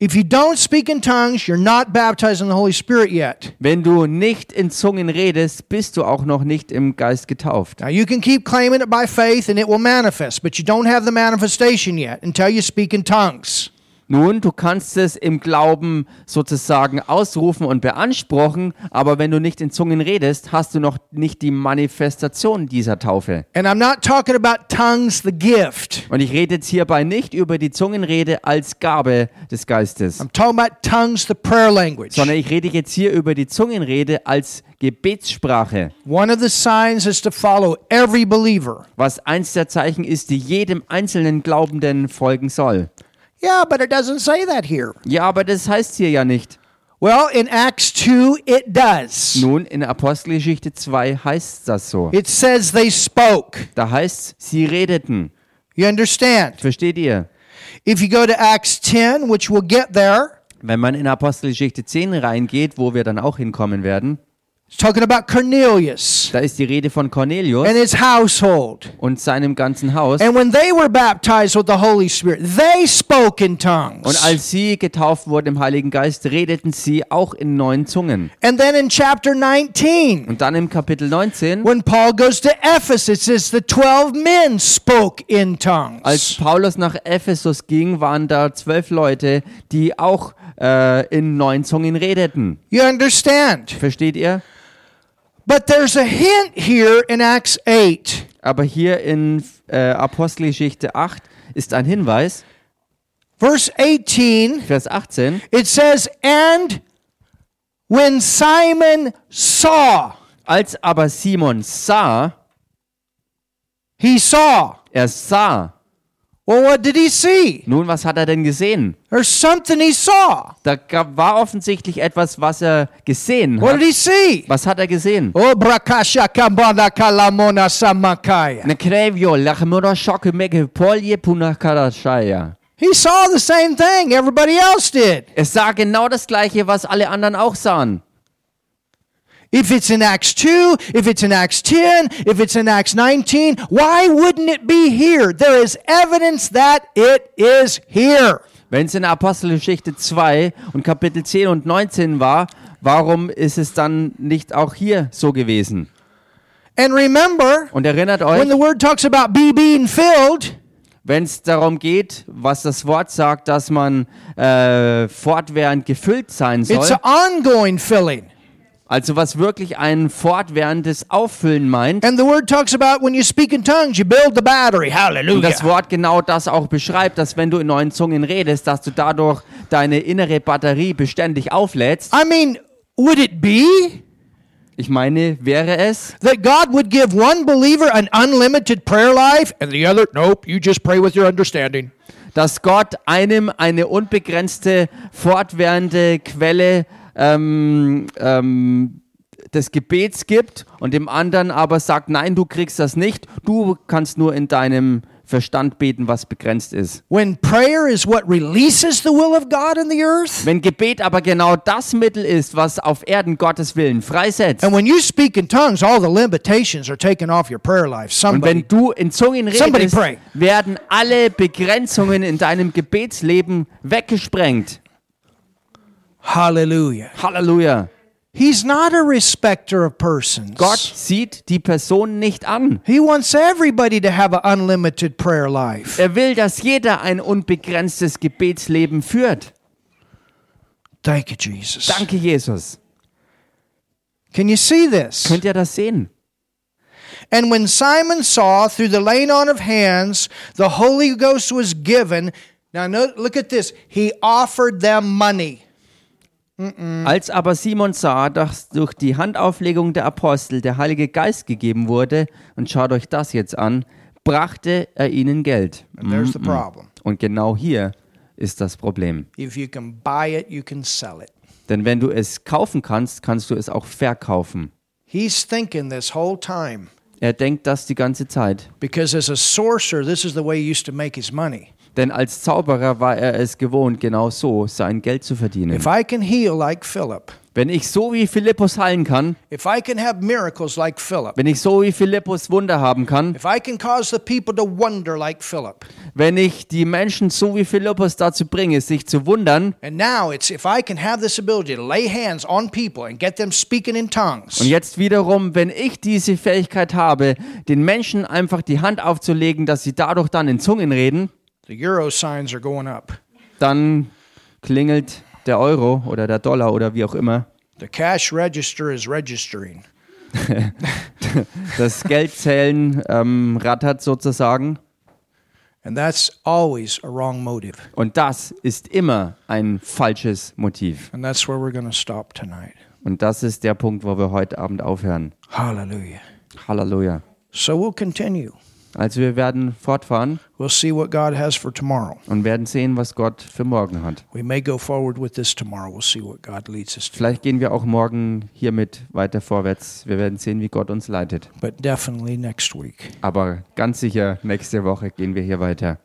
Speaker 2: If you don't speak in tongues, you're not baptized in the Holy Spirit yet.
Speaker 1: Wenn du nicht in Zungen redest, bist du auch noch nicht im Geist getauft.
Speaker 2: Now, you can keep claiming it by faith and it will manifest, but you don't have the manifestation yet until you speak in tongues.
Speaker 1: Nun, du kannst es im Glauben sozusagen ausrufen und beanspruchen, aber wenn du nicht in Zungen redest, hast du noch nicht die Manifestation dieser Taufe.
Speaker 2: And I'm not talking about tongues, the gift.
Speaker 1: Und ich rede jetzt hierbei nicht über die Zungenrede als Gabe des Geistes,
Speaker 2: I'm talking about tongues, the prayer language.
Speaker 1: sondern ich rede jetzt hier über die Zungenrede als Gebetssprache,
Speaker 2: One of the signs is to follow every believer.
Speaker 1: was eins der Zeichen ist, die jedem einzelnen Glaubenden folgen soll.
Speaker 2: Yeah, but it doesn't say that here.
Speaker 1: Ja, aber das heißt hier ja nicht.
Speaker 2: Well, in Acts 2, it does.
Speaker 1: Nun, in Apostelgeschichte 2 heißt das so.
Speaker 2: It says they spoke.
Speaker 1: Da heißt sie redeten.
Speaker 2: You understand?
Speaker 1: Versteht ihr?
Speaker 2: If you go to Acts 10, which we'll get there,
Speaker 1: Wenn man in Apostelgeschichte 10 reingeht, wo wir dann auch hinkommen werden,
Speaker 2: it's talking about Cornelius
Speaker 1: da ist die Rede von Cornelius
Speaker 2: and his household.
Speaker 1: und seinem ganzen Haus.
Speaker 2: And when they were baptized with the Holy Spirit, they spoke in
Speaker 1: Und
Speaker 2: tongues.
Speaker 1: als sie getauft wurden im Heiligen Geist, redeten sie auch in neuen Zungen.
Speaker 2: And then in chapter 19,
Speaker 1: Und dann im Kapitel 19,
Speaker 2: when Paul goes to Ephesus, it says the 12 men spoke in
Speaker 1: als
Speaker 2: tongues.
Speaker 1: Paulus nach Ephesus ging, waren da zwölf Leute, die auch äh, in neuen Zungen redeten.
Speaker 2: You understand?
Speaker 1: Versteht ihr?
Speaker 2: But there's a hint here in Acts 8.
Speaker 1: Aber hier in äh, Apostelgeschichte 8 ist ein Hinweis,
Speaker 2: Verse 18,
Speaker 1: Vers 18.
Speaker 2: it says, And when Simon saw,
Speaker 1: Als aber Simon sah,
Speaker 2: he saw.
Speaker 1: er sah,
Speaker 2: Well, what did he see?
Speaker 1: Nun, was hat er denn gesehen?
Speaker 2: There's something he saw.
Speaker 1: Da gab, war offensichtlich etwas, was er gesehen
Speaker 2: What did
Speaker 1: hat.
Speaker 2: he see?
Speaker 1: Was hat er gesehen?
Speaker 2: Oh, brakasha kambana kalamona samakaya.
Speaker 1: Ne krevio, lachmura schoke meke polje punakarashaya.
Speaker 2: He saw the same thing everybody else did.
Speaker 1: Es sah genau das gleiche, was alle anderen auch sahen.
Speaker 2: If it's in Acts 2, if it's in Acts 10, if it's in Acts 19, why wouldn't it be here? There is evidence that it is here.
Speaker 1: Wenn es in Apostelgeschichte 2 und Kapitel 10 und 19 war, warum ist es dann nicht auch hier so gewesen?
Speaker 2: And remember,
Speaker 1: Und erinnert
Speaker 2: when
Speaker 1: euch,
Speaker 2: the word talks about be being filled,
Speaker 1: wenn es darum geht, was das Wort sagt, dass man äh, fortwährend gefüllt sein
Speaker 2: it's
Speaker 1: soll,
Speaker 2: an ongoing filling.
Speaker 1: Also was wirklich ein fortwährendes Auffüllen meint.
Speaker 2: And the word talks about when you speak in tongues, you build the battery.
Speaker 1: Und das
Speaker 2: Hallelujah.
Speaker 1: Wort genau das auch beschreibt, dass wenn du in neuen Zungen redest, dass du dadurch deine innere Batterie beständig auflädst.
Speaker 2: I mean, would it be
Speaker 1: Ich meine, wäre es,
Speaker 2: that God would give one believer an unlimited prayer life and the other, nope, you just pray with your understanding.
Speaker 1: dass Gott einem eine unbegrenzte, fortwährende Quelle ähm, ähm, des Gebets gibt und dem anderen aber sagt, nein, du kriegst das nicht, du kannst nur in deinem Verstand beten, was begrenzt ist.
Speaker 2: When prayer is what releases the will of God in the earth,
Speaker 1: Wenn Gebet aber genau das Mittel ist, was auf Erden Gottes Willen freisetzt,
Speaker 2: and when you speak in tongues, all the limitations are taken off your prayer life.
Speaker 1: und
Speaker 2: Somebody,
Speaker 1: wenn du in Zungen
Speaker 2: Somebody
Speaker 1: redest,
Speaker 2: pray.
Speaker 1: werden alle Begrenzungen in deinem Gebetsleben weggesprengt.
Speaker 2: hallelujah.
Speaker 1: Halleluja.
Speaker 2: He's not a respecter of persons.
Speaker 1: Gott sieht die Person nicht an.
Speaker 2: He wants everybody to have an unlimited prayer life.
Speaker 1: Er will, dass jeder ein unbegrenztes Gebetsleben führt.
Speaker 2: Thank you, Jesus.
Speaker 1: Danke, Jesus.
Speaker 2: Can you see this?
Speaker 1: Könnt ihr das sehen?
Speaker 2: And when Simon saw through the laying on of hands the Holy Ghost was given, now no, look at this. He offered them money.
Speaker 1: Als aber Simon sah, dass durch die Handauflegung der Apostel der Heilige Geist gegeben wurde, und schaut euch das jetzt an, brachte er ihnen Geld.
Speaker 2: And there's the problem.
Speaker 1: Und genau hier ist das Problem.
Speaker 2: If you can buy it, you can sell it.
Speaker 1: Denn wenn du es kaufen kannst, kannst du es auch verkaufen.
Speaker 2: He's thinking this whole time
Speaker 1: Er denkt das die ganze Zeit.
Speaker 2: because as a sorcerer, this is the way he used to make his money.
Speaker 1: Denn als Zauberer war er es gewohnt, genau so sein Geld zu verdienen.
Speaker 2: If I can heal like Philip,
Speaker 1: Wenn ich so wie Philippus heilen kann,
Speaker 2: if I can have miracles like Philip,
Speaker 1: wenn ich so wie Philippus Wunder haben kann,
Speaker 2: if I can cause the people to wonder like Philip,
Speaker 1: wenn ich die Menschen so wie Philippus dazu bringe, sich zu wundern,
Speaker 2: and now it's if I can have this ability to lay hands on people and get them speaking in tongues,
Speaker 1: Und jetzt wiederum, wenn ich diese Fähigkeit habe, den Menschen einfach die Hand aufzulegen, dass sie dadurch dann in Zungen reden,
Speaker 2: the euro signs are going up,
Speaker 1: dann klingelt der Euro oder der Dollar oder wie auch immer.
Speaker 2: the cash register is registering.
Speaker 1: Das Geldzählen ähm, rattert sozusagen.
Speaker 2: And that's always a wrong motive.
Speaker 1: Und das ist immer ein falsches Motiv.
Speaker 2: And that's where we're going to stop tonight.
Speaker 1: Und das ist der Punkt, wo wir heute Abend aufhören.
Speaker 2: Hallelujah.
Speaker 1: Halleluja.
Speaker 2: So we'll continue.
Speaker 1: Also wir werden fortfahren
Speaker 2: We'll see what God has for tomorrow.
Speaker 1: und werden sehen, was Gott für morgen hat.
Speaker 2: We may go forward with this tomorrow. We'll see what God leads us to.
Speaker 1: Vielleicht gehen wir auch morgen hiermit weiter vorwärts. Wir werden sehen, wie Gott uns leitet.
Speaker 2: But definitely next week.
Speaker 1: Aber ganz sicher, nächste Woche gehen wir hier weiter.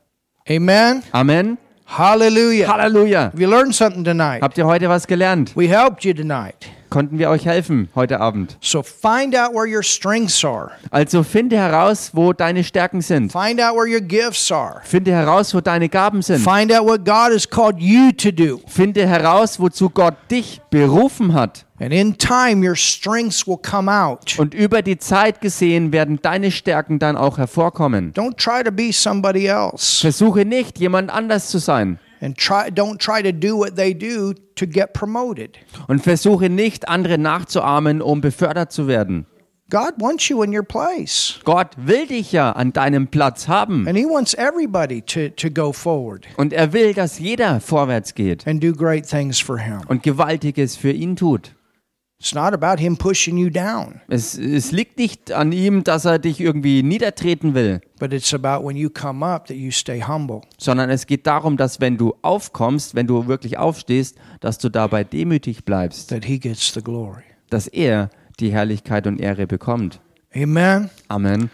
Speaker 2: Amen.
Speaker 1: Amen.
Speaker 2: Hallelujah.
Speaker 1: Halleluja.
Speaker 2: Have you learned something tonight?
Speaker 1: Habt ihr heute was gelernt?
Speaker 2: We helped you tonight.
Speaker 1: Konnten wir euch helfen heute Abend?
Speaker 2: So find out where your strengths are.
Speaker 1: Also finde heraus, wo deine Stärken sind.
Speaker 2: Find out where your gifts are.
Speaker 1: Finde heraus, wo deine Gaben sind.
Speaker 2: Find out what God has called you to do.
Speaker 1: Finde heraus, wozu Gott dich berufen hat.
Speaker 2: And in time, your strengths will come out.
Speaker 1: Und über die Zeit gesehen werden deine Stärken dann auch hervorkommen.
Speaker 2: Don't try to be somebody else.
Speaker 1: Versuche nicht, jemand anders zu sein.
Speaker 2: And try, don't try to do what they do to get promoted.
Speaker 1: Und versuche nicht, andere nachzuahmen, um befördert zu werden.
Speaker 2: God wants you in your place.
Speaker 1: Gott will dich ja an deinem Platz haben.
Speaker 2: And He wants everybody to, to go forward
Speaker 1: Und er will, dass jeder vorwärts geht
Speaker 2: and do great things for Him.
Speaker 1: und Gewaltiges für ihn tut.
Speaker 2: It's not about Him pushing you down,
Speaker 1: Es, es liegt nicht an ihm, dass er dich irgendwie niedertreten will,
Speaker 2: but it's about when you come up that you stay humble.
Speaker 1: sondern es geht darum, dass wenn du aufkommst, wenn du wirklich aufstehst, dass du dabei demütig bleibst,
Speaker 2: that he gets the glory.
Speaker 1: dass er die Herrlichkeit und Ehre bekommt.
Speaker 2: Amen.
Speaker 1: Amen.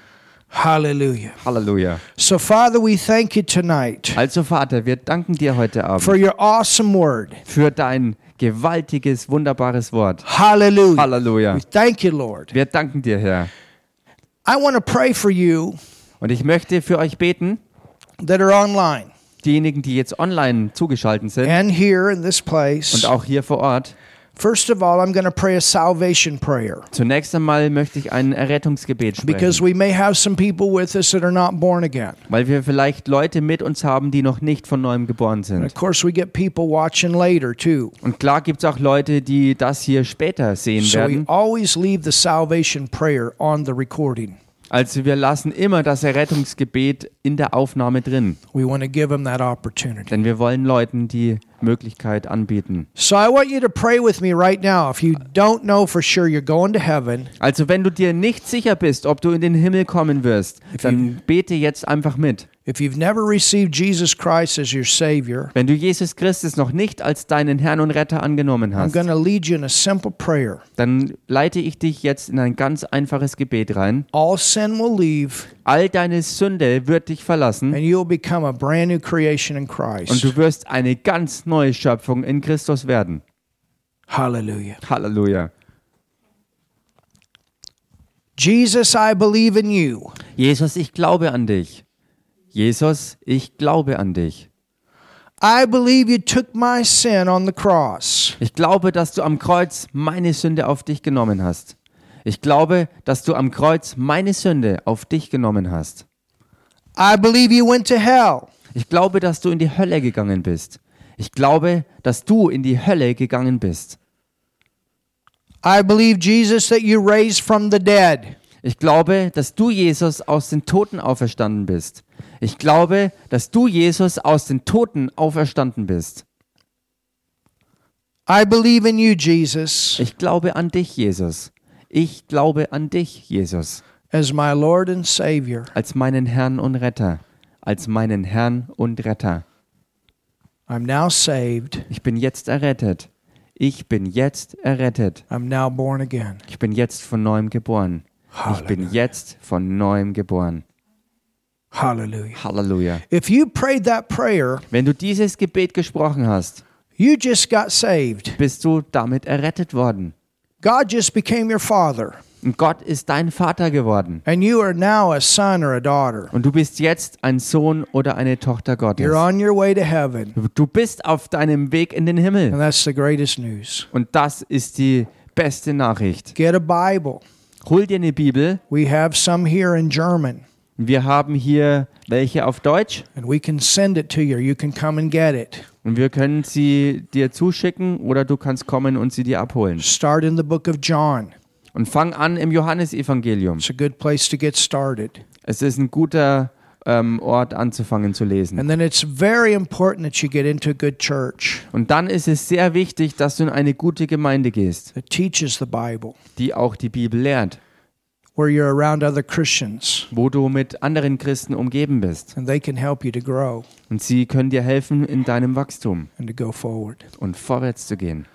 Speaker 2: Hallelujah.
Speaker 1: Halleluja.
Speaker 2: So, Father, we thank you tonight
Speaker 1: Also Vater, wir danken dir heute
Speaker 2: for
Speaker 1: Abend
Speaker 2: your awesome word.
Speaker 1: für dein gewaltiges, wunderbares Wort.
Speaker 2: Hallelujah.
Speaker 1: Halleluja.
Speaker 2: We thank you, Lord.
Speaker 1: Wir danken dir, Herr.
Speaker 2: I want to pray for you
Speaker 1: Und ich möchte für euch beten,
Speaker 2: that are online
Speaker 1: diejenigen, die jetzt online zugeschaltet sind.
Speaker 2: and here in this place.
Speaker 1: und auch hier vor Ort.
Speaker 2: First of all, I'm going to pray a salvation prayer
Speaker 1: Zunächst einmal möchte ich ein Errettungsgebet
Speaker 2: because
Speaker 1: sprechen,
Speaker 2: we may have some people with us that are not born again.
Speaker 1: weil wir vielleicht Leute mit uns haben, die noch nicht von neuem geboren
Speaker 2: Of
Speaker 1: sind.
Speaker 2: course, we get people watching later too.
Speaker 1: Und klar gibt es auch Leute, die das hier später sehen
Speaker 2: So, we
Speaker 1: werden.
Speaker 2: always leave the salvation prayer on the recording.
Speaker 1: Also wir lassen immer das Errettungsgebet in der Aufnahme drin,
Speaker 2: We want to give them that opportunity.
Speaker 1: denn wir wollen Leuten die Möglichkeit anbieten.
Speaker 2: So I want you to pray with me right now. If you don't know for sure you're going to heaven,
Speaker 1: Also wenn du dir nicht sicher bist, ob du in den Himmel kommen wirst, dann bete jetzt einfach mit.
Speaker 2: if you've never received Jesus Christ as your Savior,
Speaker 1: Wenn du Jesus Christus noch nicht als deinen Herrn und Retter angenommen
Speaker 2: I'm
Speaker 1: hast,
Speaker 2: going to lead you in a simple prayer.
Speaker 1: dann leite ich dich jetzt in ein ganz einfaches Gebet rein.
Speaker 2: All sin will leave,
Speaker 1: All deine Sünde wird dich verlassen
Speaker 2: and you'll become a brand new creation in
Speaker 1: und
Speaker 2: Christ.
Speaker 1: du wirst eine ganz neue Schöpfung in Christus werden.
Speaker 2: Hallelujah.
Speaker 1: Halleluja.
Speaker 2: Jesus, I believe in you.
Speaker 1: Jesus, ich glaube an dich. Jesus, ich glaube an dich.
Speaker 2: I believe you took my sin on the cross.
Speaker 1: Ich glaube, dass du am Kreuz meine Sünde auf dich genommen hast. Ich glaube, dass du am Kreuz meine Sünde auf dich genommen hast.
Speaker 2: I believe you went to hell.
Speaker 1: Ich glaube, dass du in die Hölle gegangen bist. Ich glaube, dass du in die Hölle gegangen bist.
Speaker 2: I believe, Jesus, that you raised from the dead.
Speaker 1: Ich glaube, dass du, Jesus, aus den Toten auferstanden bist. Ich glaube, dass du, Jesus, aus den Toten auferstanden bist.
Speaker 2: I believe in you, Jesus,
Speaker 1: Ich glaube an dich, Jesus. Ich glaube an dich, Jesus,
Speaker 2: as my Lord and Savior.
Speaker 1: als meinen Herrn und Retter. Als meinen Herrn und Retter.
Speaker 2: I'm now saved.
Speaker 1: Ich bin jetzt errettet. Ich bin jetzt errettet.
Speaker 2: I'm now born again.
Speaker 1: Ich bin jetzt von neuem geboren. Ich bin jetzt von neuem geboren.
Speaker 2: Hallelujah.
Speaker 1: Halleluja.
Speaker 2: If you prayed that prayer,
Speaker 1: Wenn du dieses Gebet gesprochen hast,
Speaker 2: You just got saved.
Speaker 1: bist du damit errettet worden.
Speaker 2: God just became your father,
Speaker 1: Und Gott ist dein Vater geworden.
Speaker 2: and you are now a son or a daughter.
Speaker 1: Und du bist jetzt ein Sohn oder eine Tochter Gottes.
Speaker 2: You're on your way to heaven,
Speaker 1: Du bist auf deinem Weg in den
Speaker 2: and
Speaker 1: Himmel.
Speaker 2: that's the greatest news.
Speaker 1: Und das ist die beste Nachricht.
Speaker 2: Get a Bible.
Speaker 1: Hol dir eine Bibel.
Speaker 2: We have some here in German,
Speaker 1: Wir haben hier welche auf Deutsch
Speaker 2: and we can send it to you. You can come and get it.
Speaker 1: und wir können sie dir zuschicken oder du kannst kommen und sie dir abholen.
Speaker 2: Start in the book of John.
Speaker 1: Und fang an im Johannesevangelium.
Speaker 2: It's a good place to get started.
Speaker 1: Es ist ein guter ähm, Ort anzufangen zu lesen.
Speaker 2: And then it's very important that you get into a good church
Speaker 1: Und dann ist es sehr wichtig, dass du in eine gute Gemeinde gehst,
Speaker 2: that teaches the Bible,
Speaker 1: die auch die Bibel lehrt,
Speaker 2: where you're around other Christians
Speaker 1: wo du mit anderen Christen umgeben bist.
Speaker 2: and they can help you to grow
Speaker 1: Und sie können dir helfen in deinem Wachstum
Speaker 2: and to go forward.
Speaker 1: und vorwärts zu gehen.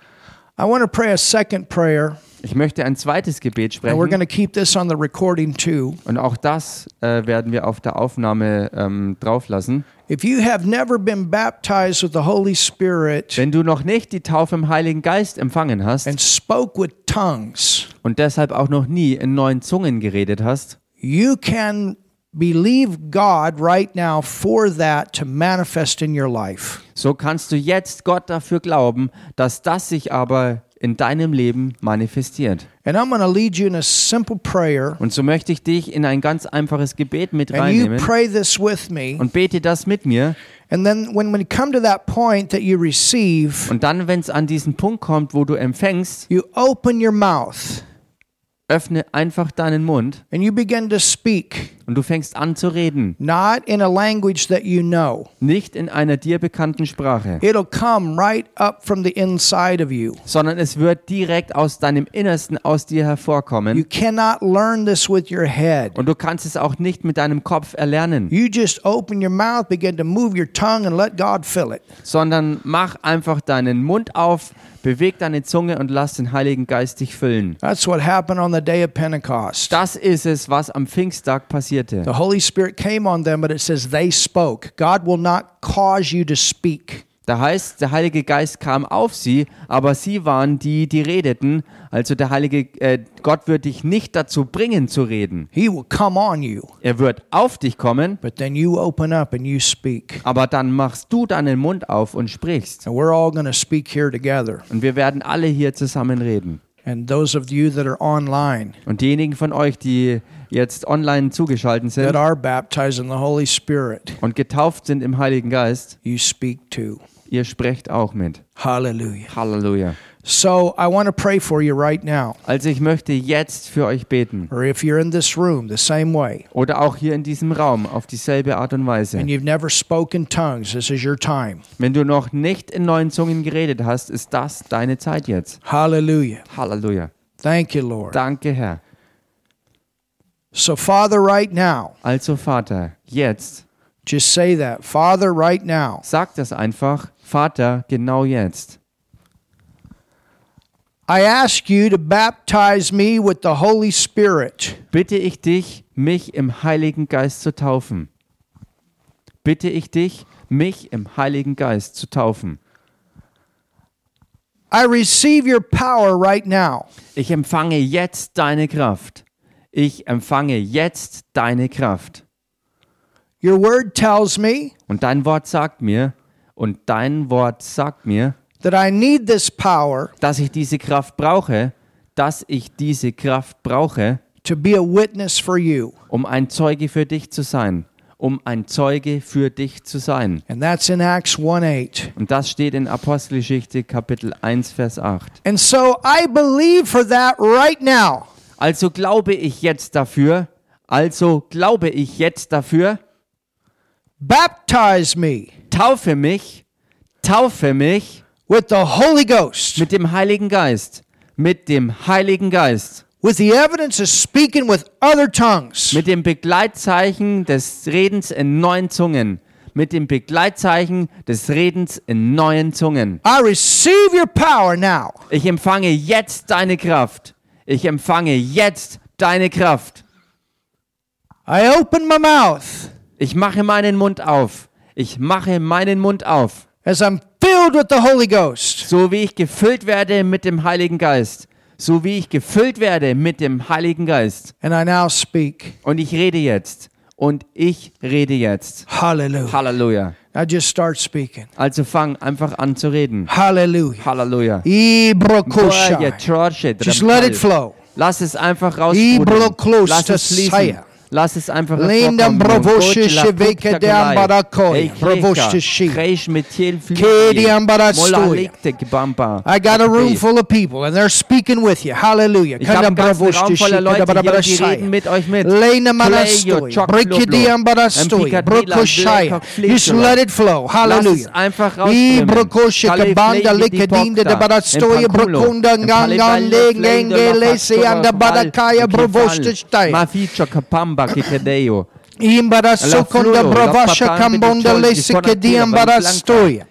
Speaker 2: I want to pray a second prayer,
Speaker 1: Ich möchte ein zweites Gebet
Speaker 2: and we're going
Speaker 1: sprechen.
Speaker 2: to keep this on the recording too.
Speaker 1: Und auch das äh, werden wir auf der Aufnahme ähm, drauflassen.
Speaker 2: If you have never been baptized with the Holy Spirit
Speaker 1: Wenn du noch nicht die Taufe im Heiligen Geist empfangen hast
Speaker 2: and spoke with tongues,
Speaker 1: und deshalb auch noch nie in neuen Zungen geredet hast,
Speaker 2: you can believe God right now for that to manifest in your life.
Speaker 1: so kannst du jetzt Gott dafür glauben, dass das sich aber in deinem Leben manifestiert.
Speaker 2: And I'm going to lead you in a simple prayer,
Speaker 1: Und so möchte ich dich in ein ganz einfaches Gebet mit
Speaker 2: and you
Speaker 1: reinnehmen
Speaker 2: pray this with me.
Speaker 1: und bete das mit mir.
Speaker 2: And then when we come to that point that you receive,
Speaker 1: Und dann, wenn es an diesen Punkt kommt, wo du empfängst,
Speaker 2: you open your mouth
Speaker 1: öffne einfach deinen Mund
Speaker 2: and you begin to speak,
Speaker 1: und du fängst an zu reden.
Speaker 2: not in a language that you know.
Speaker 1: Nicht in einer dir bekannten Sprache,
Speaker 2: It'll come right up from the inside of you.
Speaker 1: sondern es wird direkt aus deinem Innersten aus dir
Speaker 2: You
Speaker 1: hervorkommen.
Speaker 2: cannot learn this with your head.
Speaker 1: Und du kannst es auch nicht mit deinem Kopf erlernen,
Speaker 2: You just open your mouth, begin to move your tongue, and let God fill it.
Speaker 1: sondern mach einfach deinen Mund auf, beweg deine Zunge und lass den Heiligen Geist dich füllen.
Speaker 2: That's what happened on the day of Pentecost.
Speaker 1: Das ist es, was am Pfingsttag passierte.
Speaker 2: The Holy Spirit came on them, but it says they spoke. God will not cause you to speak.
Speaker 1: Da heißt, der Heilige Geist kam auf sie, aber sie waren die, die redeten. Also der Heilige äh, Gott wird dich nicht dazu bringen zu reden.
Speaker 2: He will come on you,
Speaker 1: Er wird auf dich kommen,
Speaker 2: but then you open up and you speak.
Speaker 1: aber dann machst du deinen Mund auf und sprichst.
Speaker 2: And we're all going to speak here together.
Speaker 1: Und wir werden alle hier zusammen reden.
Speaker 2: And those of you that are online
Speaker 1: Und diejenigen von euch, die jetzt online zugeschaltet
Speaker 2: that
Speaker 1: sind
Speaker 2: are baptized in the Holy Spirit,
Speaker 1: und getauft sind im Heiligen Geist,
Speaker 2: you speak too.
Speaker 1: ihr sprecht auch mit.
Speaker 2: Hallelujah.
Speaker 1: Halleluja.
Speaker 2: So I want to pray for you right now.
Speaker 1: Also ich möchte jetzt für euch beten.
Speaker 2: Or if you're in this room the same way
Speaker 1: Oder auch hier in diesem Raum auf dieselbe Art und Weise.
Speaker 2: and you've never spoken tongues, this is your time.
Speaker 1: Wenn du noch nicht in neuen Zungen geredet hast, ist das deine Zeit jetzt.
Speaker 2: Hallelujah.
Speaker 1: Halleluja.
Speaker 2: Thank you, Lord.
Speaker 1: Danke, Herr.
Speaker 2: So, Father, right now,
Speaker 1: Also Vater, jetzt,
Speaker 2: just say that. Father, right now,
Speaker 1: sag das einfach. Vater, genau jetzt.
Speaker 2: I ask you to baptize me with the Holy Spirit.
Speaker 1: Bitte ich dich, mich im Heiligen Geist zu taufen. Bitte ich dich, mich im Heiligen Geist zu taufen.
Speaker 2: I receive your power right now.
Speaker 1: Ich empfange jetzt deine Kraft. Ich empfange jetzt deine Kraft.
Speaker 2: Your word tells me
Speaker 1: Und dein Wort sagt mir, und dein Wort sagt mir,
Speaker 2: that I need this power
Speaker 1: dass ich diese Kraft brauche, dass ich diese Kraft brauche,
Speaker 2: to be a witness for you.
Speaker 1: um ein Zeuge für dich zu sein, um ein Zeuge für dich zu sein.
Speaker 2: And that's in Acts 1 8.
Speaker 1: Und das steht in Apostelgeschichte Kapitel 1 Vers 8.
Speaker 2: And so I believe for that right now.
Speaker 1: Also glaube ich jetzt dafür, also glaube ich jetzt dafür,
Speaker 2: Baptize me
Speaker 1: taufe mich, taufe mich
Speaker 2: with the Holy Ghost,
Speaker 1: mit dem Heiligen Geist, mit dem Heiligen Geist,
Speaker 2: with the evidence of speaking with other tongues.
Speaker 1: mit dem Begleitzeichen des Redens in neuen Zungen, mit dem Begleitzeichen des Redens in neuen Zungen.
Speaker 2: I receive your power now.
Speaker 1: Ich empfange jetzt deine Kraft. Ich empfange jetzt deine Kraft.
Speaker 2: I open my mouth
Speaker 1: Ich mache meinen Mund auf. Ich mache meinen Mund auf.
Speaker 2: As I'm filled with the Holy Ghost,
Speaker 1: So wie ich gefüllt werde mit dem Heiligen Geist. So wie ich gefüllt werde mit dem Heiligen Geist.
Speaker 2: and I now speak.
Speaker 1: Und ich rede jetzt. Und ich rede jetzt.
Speaker 2: Hallelujah.
Speaker 1: Halleluja.
Speaker 2: I just start speaking.
Speaker 1: Also fang einfach an zu reden.
Speaker 2: Hallelujah.
Speaker 1: Halleluja. Boja,
Speaker 2: Ibrokoshai.
Speaker 1: George,
Speaker 2: Just
Speaker 1: Drampal.
Speaker 2: let it flow.
Speaker 1: Lass es einfach
Speaker 2: Ibro
Speaker 1: raussprudeln.
Speaker 2: close
Speaker 1: Lass
Speaker 2: to
Speaker 1: es fließen.
Speaker 2: saya.
Speaker 1: Lass es einfach
Speaker 2: Lindam brovoshe sheveke deam barakoi. Brovoshe shi. Kediam barastoia. I got a room full of people and they're speaking with you. Hallelujah.
Speaker 1: Ich habe einen ganzen Raum voller Leute hier, und die reden mit euch mit.
Speaker 2: Lena
Speaker 1: Pleio,
Speaker 2: Manastoy,
Speaker 1: Chok,
Speaker 2: Brekidiam
Speaker 1: Loblo,
Speaker 2: Barastoy,
Speaker 1: Empikadila,
Speaker 2: Brokoshaya.
Speaker 1: Blackock,
Speaker 2: Just
Speaker 1: Flickler.
Speaker 2: let it flow.
Speaker 1: Lass
Speaker 2: Hallelujah.
Speaker 1: es einfach
Speaker 2: I
Speaker 1: rausströmen.
Speaker 2: brokoshe
Speaker 1: Kalle
Speaker 2: kabanda
Speaker 1: Fleje, die
Speaker 2: lekadinde de
Speaker 1: Bokta,
Speaker 2: barastoye
Speaker 1: im Pankulo,
Speaker 2: brokunda
Speaker 1: im Palle
Speaker 2: ngangande
Speaker 1: Balle, Fleje,
Speaker 2: ngenge lese
Speaker 1: Lafaktura,
Speaker 2: anda
Speaker 1: Kefal,
Speaker 2: barakaya brovoste
Speaker 1: Kefal,
Speaker 2: stai.
Speaker 1: Maficho, Kapamba, Kikedeyo.
Speaker 2: Imbaraso konda bravasha kambonda lese kediam barastoye.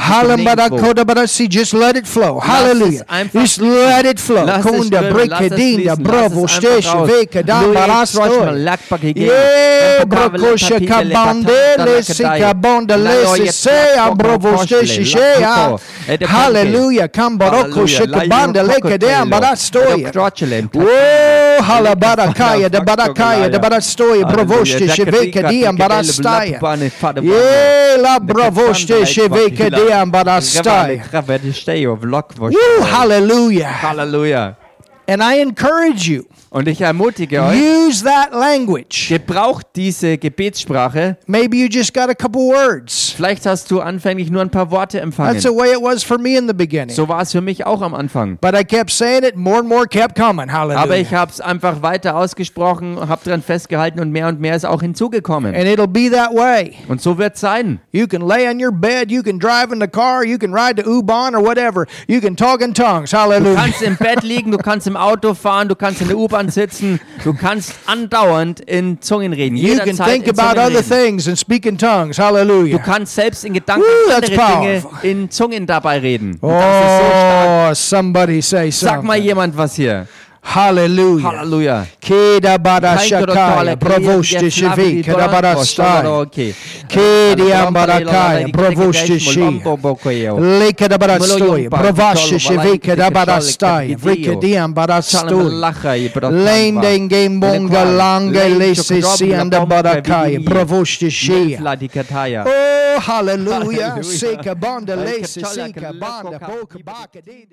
Speaker 2: Halambarakota barasi, just let it flow. Hallelujah.
Speaker 1: einfach-
Speaker 2: Just let it flow.
Speaker 1: Lass es
Speaker 2: Kunda
Speaker 1: strömen, lass es
Speaker 2: brekedinda
Speaker 1: fließen,
Speaker 2: bravo
Speaker 1: lass es einfach
Speaker 2: stesha
Speaker 1: raus.
Speaker 2: veka dam
Speaker 1: Louis
Speaker 2: barastoy.
Speaker 1: Troschmann, Lackpack gegeben.
Speaker 2: Yeah,
Speaker 1: Ein Pokal,
Speaker 2: brokosha
Speaker 1: Lappapier,
Speaker 2: kabande
Speaker 1: Lappapier,
Speaker 2: lesi
Speaker 1: Lackadei.
Speaker 2: kabonda
Speaker 1: La
Speaker 2: lesi
Speaker 1: Loya,
Speaker 2: sea
Speaker 1: Lappapier,
Speaker 2: bravo
Speaker 1: Koschle,
Speaker 2: stesha shea.
Speaker 1: Lappapier, Ede Panke.
Speaker 2: Hallelujah. Kambaroko
Speaker 1: Hallelujah.
Speaker 2: shakabanda
Speaker 1: Lion
Speaker 2: leke
Speaker 1: Crocodile.
Speaker 2: dam barastoy.
Speaker 1: Ede Crocodile, im Kasten.
Speaker 2: Oh, halabarakaya de barakaya
Speaker 1: Crocodile.
Speaker 2: de barastoy
Speaker 1: Hallelujah.
Speaker 2: bravoste sheveka
Speaker 1: Jacarica, Picadelle,
Speaker 2: diam barastaya.
Speaker 1: Blattbahne, Vaterbanne.
Speaker 2: Yeah, la
Speaker 1: The
Speaker 2: bravoste
Speaker 1: Cassandra,
Speaker 2: sheveka
Speaker 1: Aquila,
Speaker 2: diam barastaya.
Speaker 1: Ravale, Ravale, Steyo, Vlog, Vosch.
Speaker 2: Woo, hallelujah.
Speaker 1: Halleluja.
Speaker 2: And I encourage you,
Speaker 1: Und ich ermutige euch,
Speaker 2: use that language.
Speaker 1: gebraucht diese Gebetssprache.
Speaker 2: Maybe you just got a couple words.
Speaker 1: Vielleicht hast du anfänglich nur ein paar Worte empfangen.
Speaker 2: That's the way it was for me in the beginning.
Speaker 1: So war es für mich auch am Anfang.
Speaker 2: But I kept saying it, more and more kept coming.
Speaker 1: Aber ich
Speaker 2: Hallelujah.
Speaker 1: habe es einfach weiter ausgesprochen, habe dran festgehalten und mehr und mehr ist auch hinzugekommen.
Speaker 2: And it'll be that way.
Speaker 1: Und so wird es sein.
Speaker 2: You can lay on your bed, you can drive in the car, you can ride to Ubon or whatever. You can talk in tongues.
Speaker 1: Du
Speaker 2: Hallelujah.
Speaker 1: kannst im Bett liegen, du kannst im Auto fahren, du kannst in der U-Bahn sitzen, du kannst andauernd in Zungen reden.
Speaker 2: You can
Speaker 1: Jederzeit
Speaker 2: think
Speaker 1: in
Speaker 2: about
Speaker 1: Zungen
Speaker 2: other
Speaker 1: reden.
Speaker 2: things and speak in tongues.
Speaker 1: Du
Speaker 2: Hallelujah.
Speaker 1: kannst selbst in Gedanken
Speaker 2: Woo,
Speaker 1: andere
Speaker 2: that's
Speaker 1: Dinge
Speaker 2: powerful.
Speaker 1: in Zungen dabei reden. Und das ist so stark.
Speaker 2: Oh, somebody say
Speaker 1: Sag mal
Speaker 2: something.
Speaker 1: jemand was hier.
Speaker 2: Hallelujah.
Speaker 1: Halleluja.
Speaker 2: Keda bara
Speaker 1: Kein
Speaker 2: shakaya,
Speaker 1: Gottotaler,
Speaker 2: bravoshti
Speaker 1: Krieg, der
Speaker 2: shivi, keda bara
Speaker 1: Flavidi,
Speaker 2: stai.
Speaker 1: Donnerbock, okay.
Speaker 2: Kedi
Speaker 1: Alla
Speaker 2: ambarakaya,
Speaker 1: Lamparella,
Speaker 2: bravoshti
Speaker 1: Dikidekdeichmol,
Speaker 2: shi.
Speaker 1: Lombobokoeo.
Speaker 2: Lekeda bara stoi,
Speaker 1: Moloyum, Park, Tolo,
Speaker 2: bravashi shivi,
Speaker 1: Valai,
Speaker 2: keda bara
Speaker 1: Dikidekdeichmol,
Speaker 2: stai.
Speaker 1: Dikidekdeo.
Speaker 2: Vrikedi ambara stoi.
Speaker 1: Chalamalacha, Ibrahim,
Speaker 2: Lane
Speaker 1: Barba.
Speaker 2: denge monga
Speaker 1: Lekwal,
Speaker 2: lange
Speaker 1: Lane,
Speaker 2: lesi
Speaker 1: Chokrom,
Speaker 2: si anda
Speaker 1: Labomka,
Speaker 2: barakaya,
Speaker 1: Vidimir,
Speaker 2: bravoshti shia.
Speaker 1: Nefla, Dikataya.
Speaker 2: Oh, hallelujah. Seek a bond,
Speaker 1: Hallelujah.
Speaker 2: lace,
Speaker 1: Like a
Speaker 2: seek a
Speaker 1: chalak,
Speaker 2: bond,
Speaker 1: a
Speaker 2: a
Speaker 1: lecock,
Speaker 2: book,
Speaker 1: a
Speaker 2: back, a deed.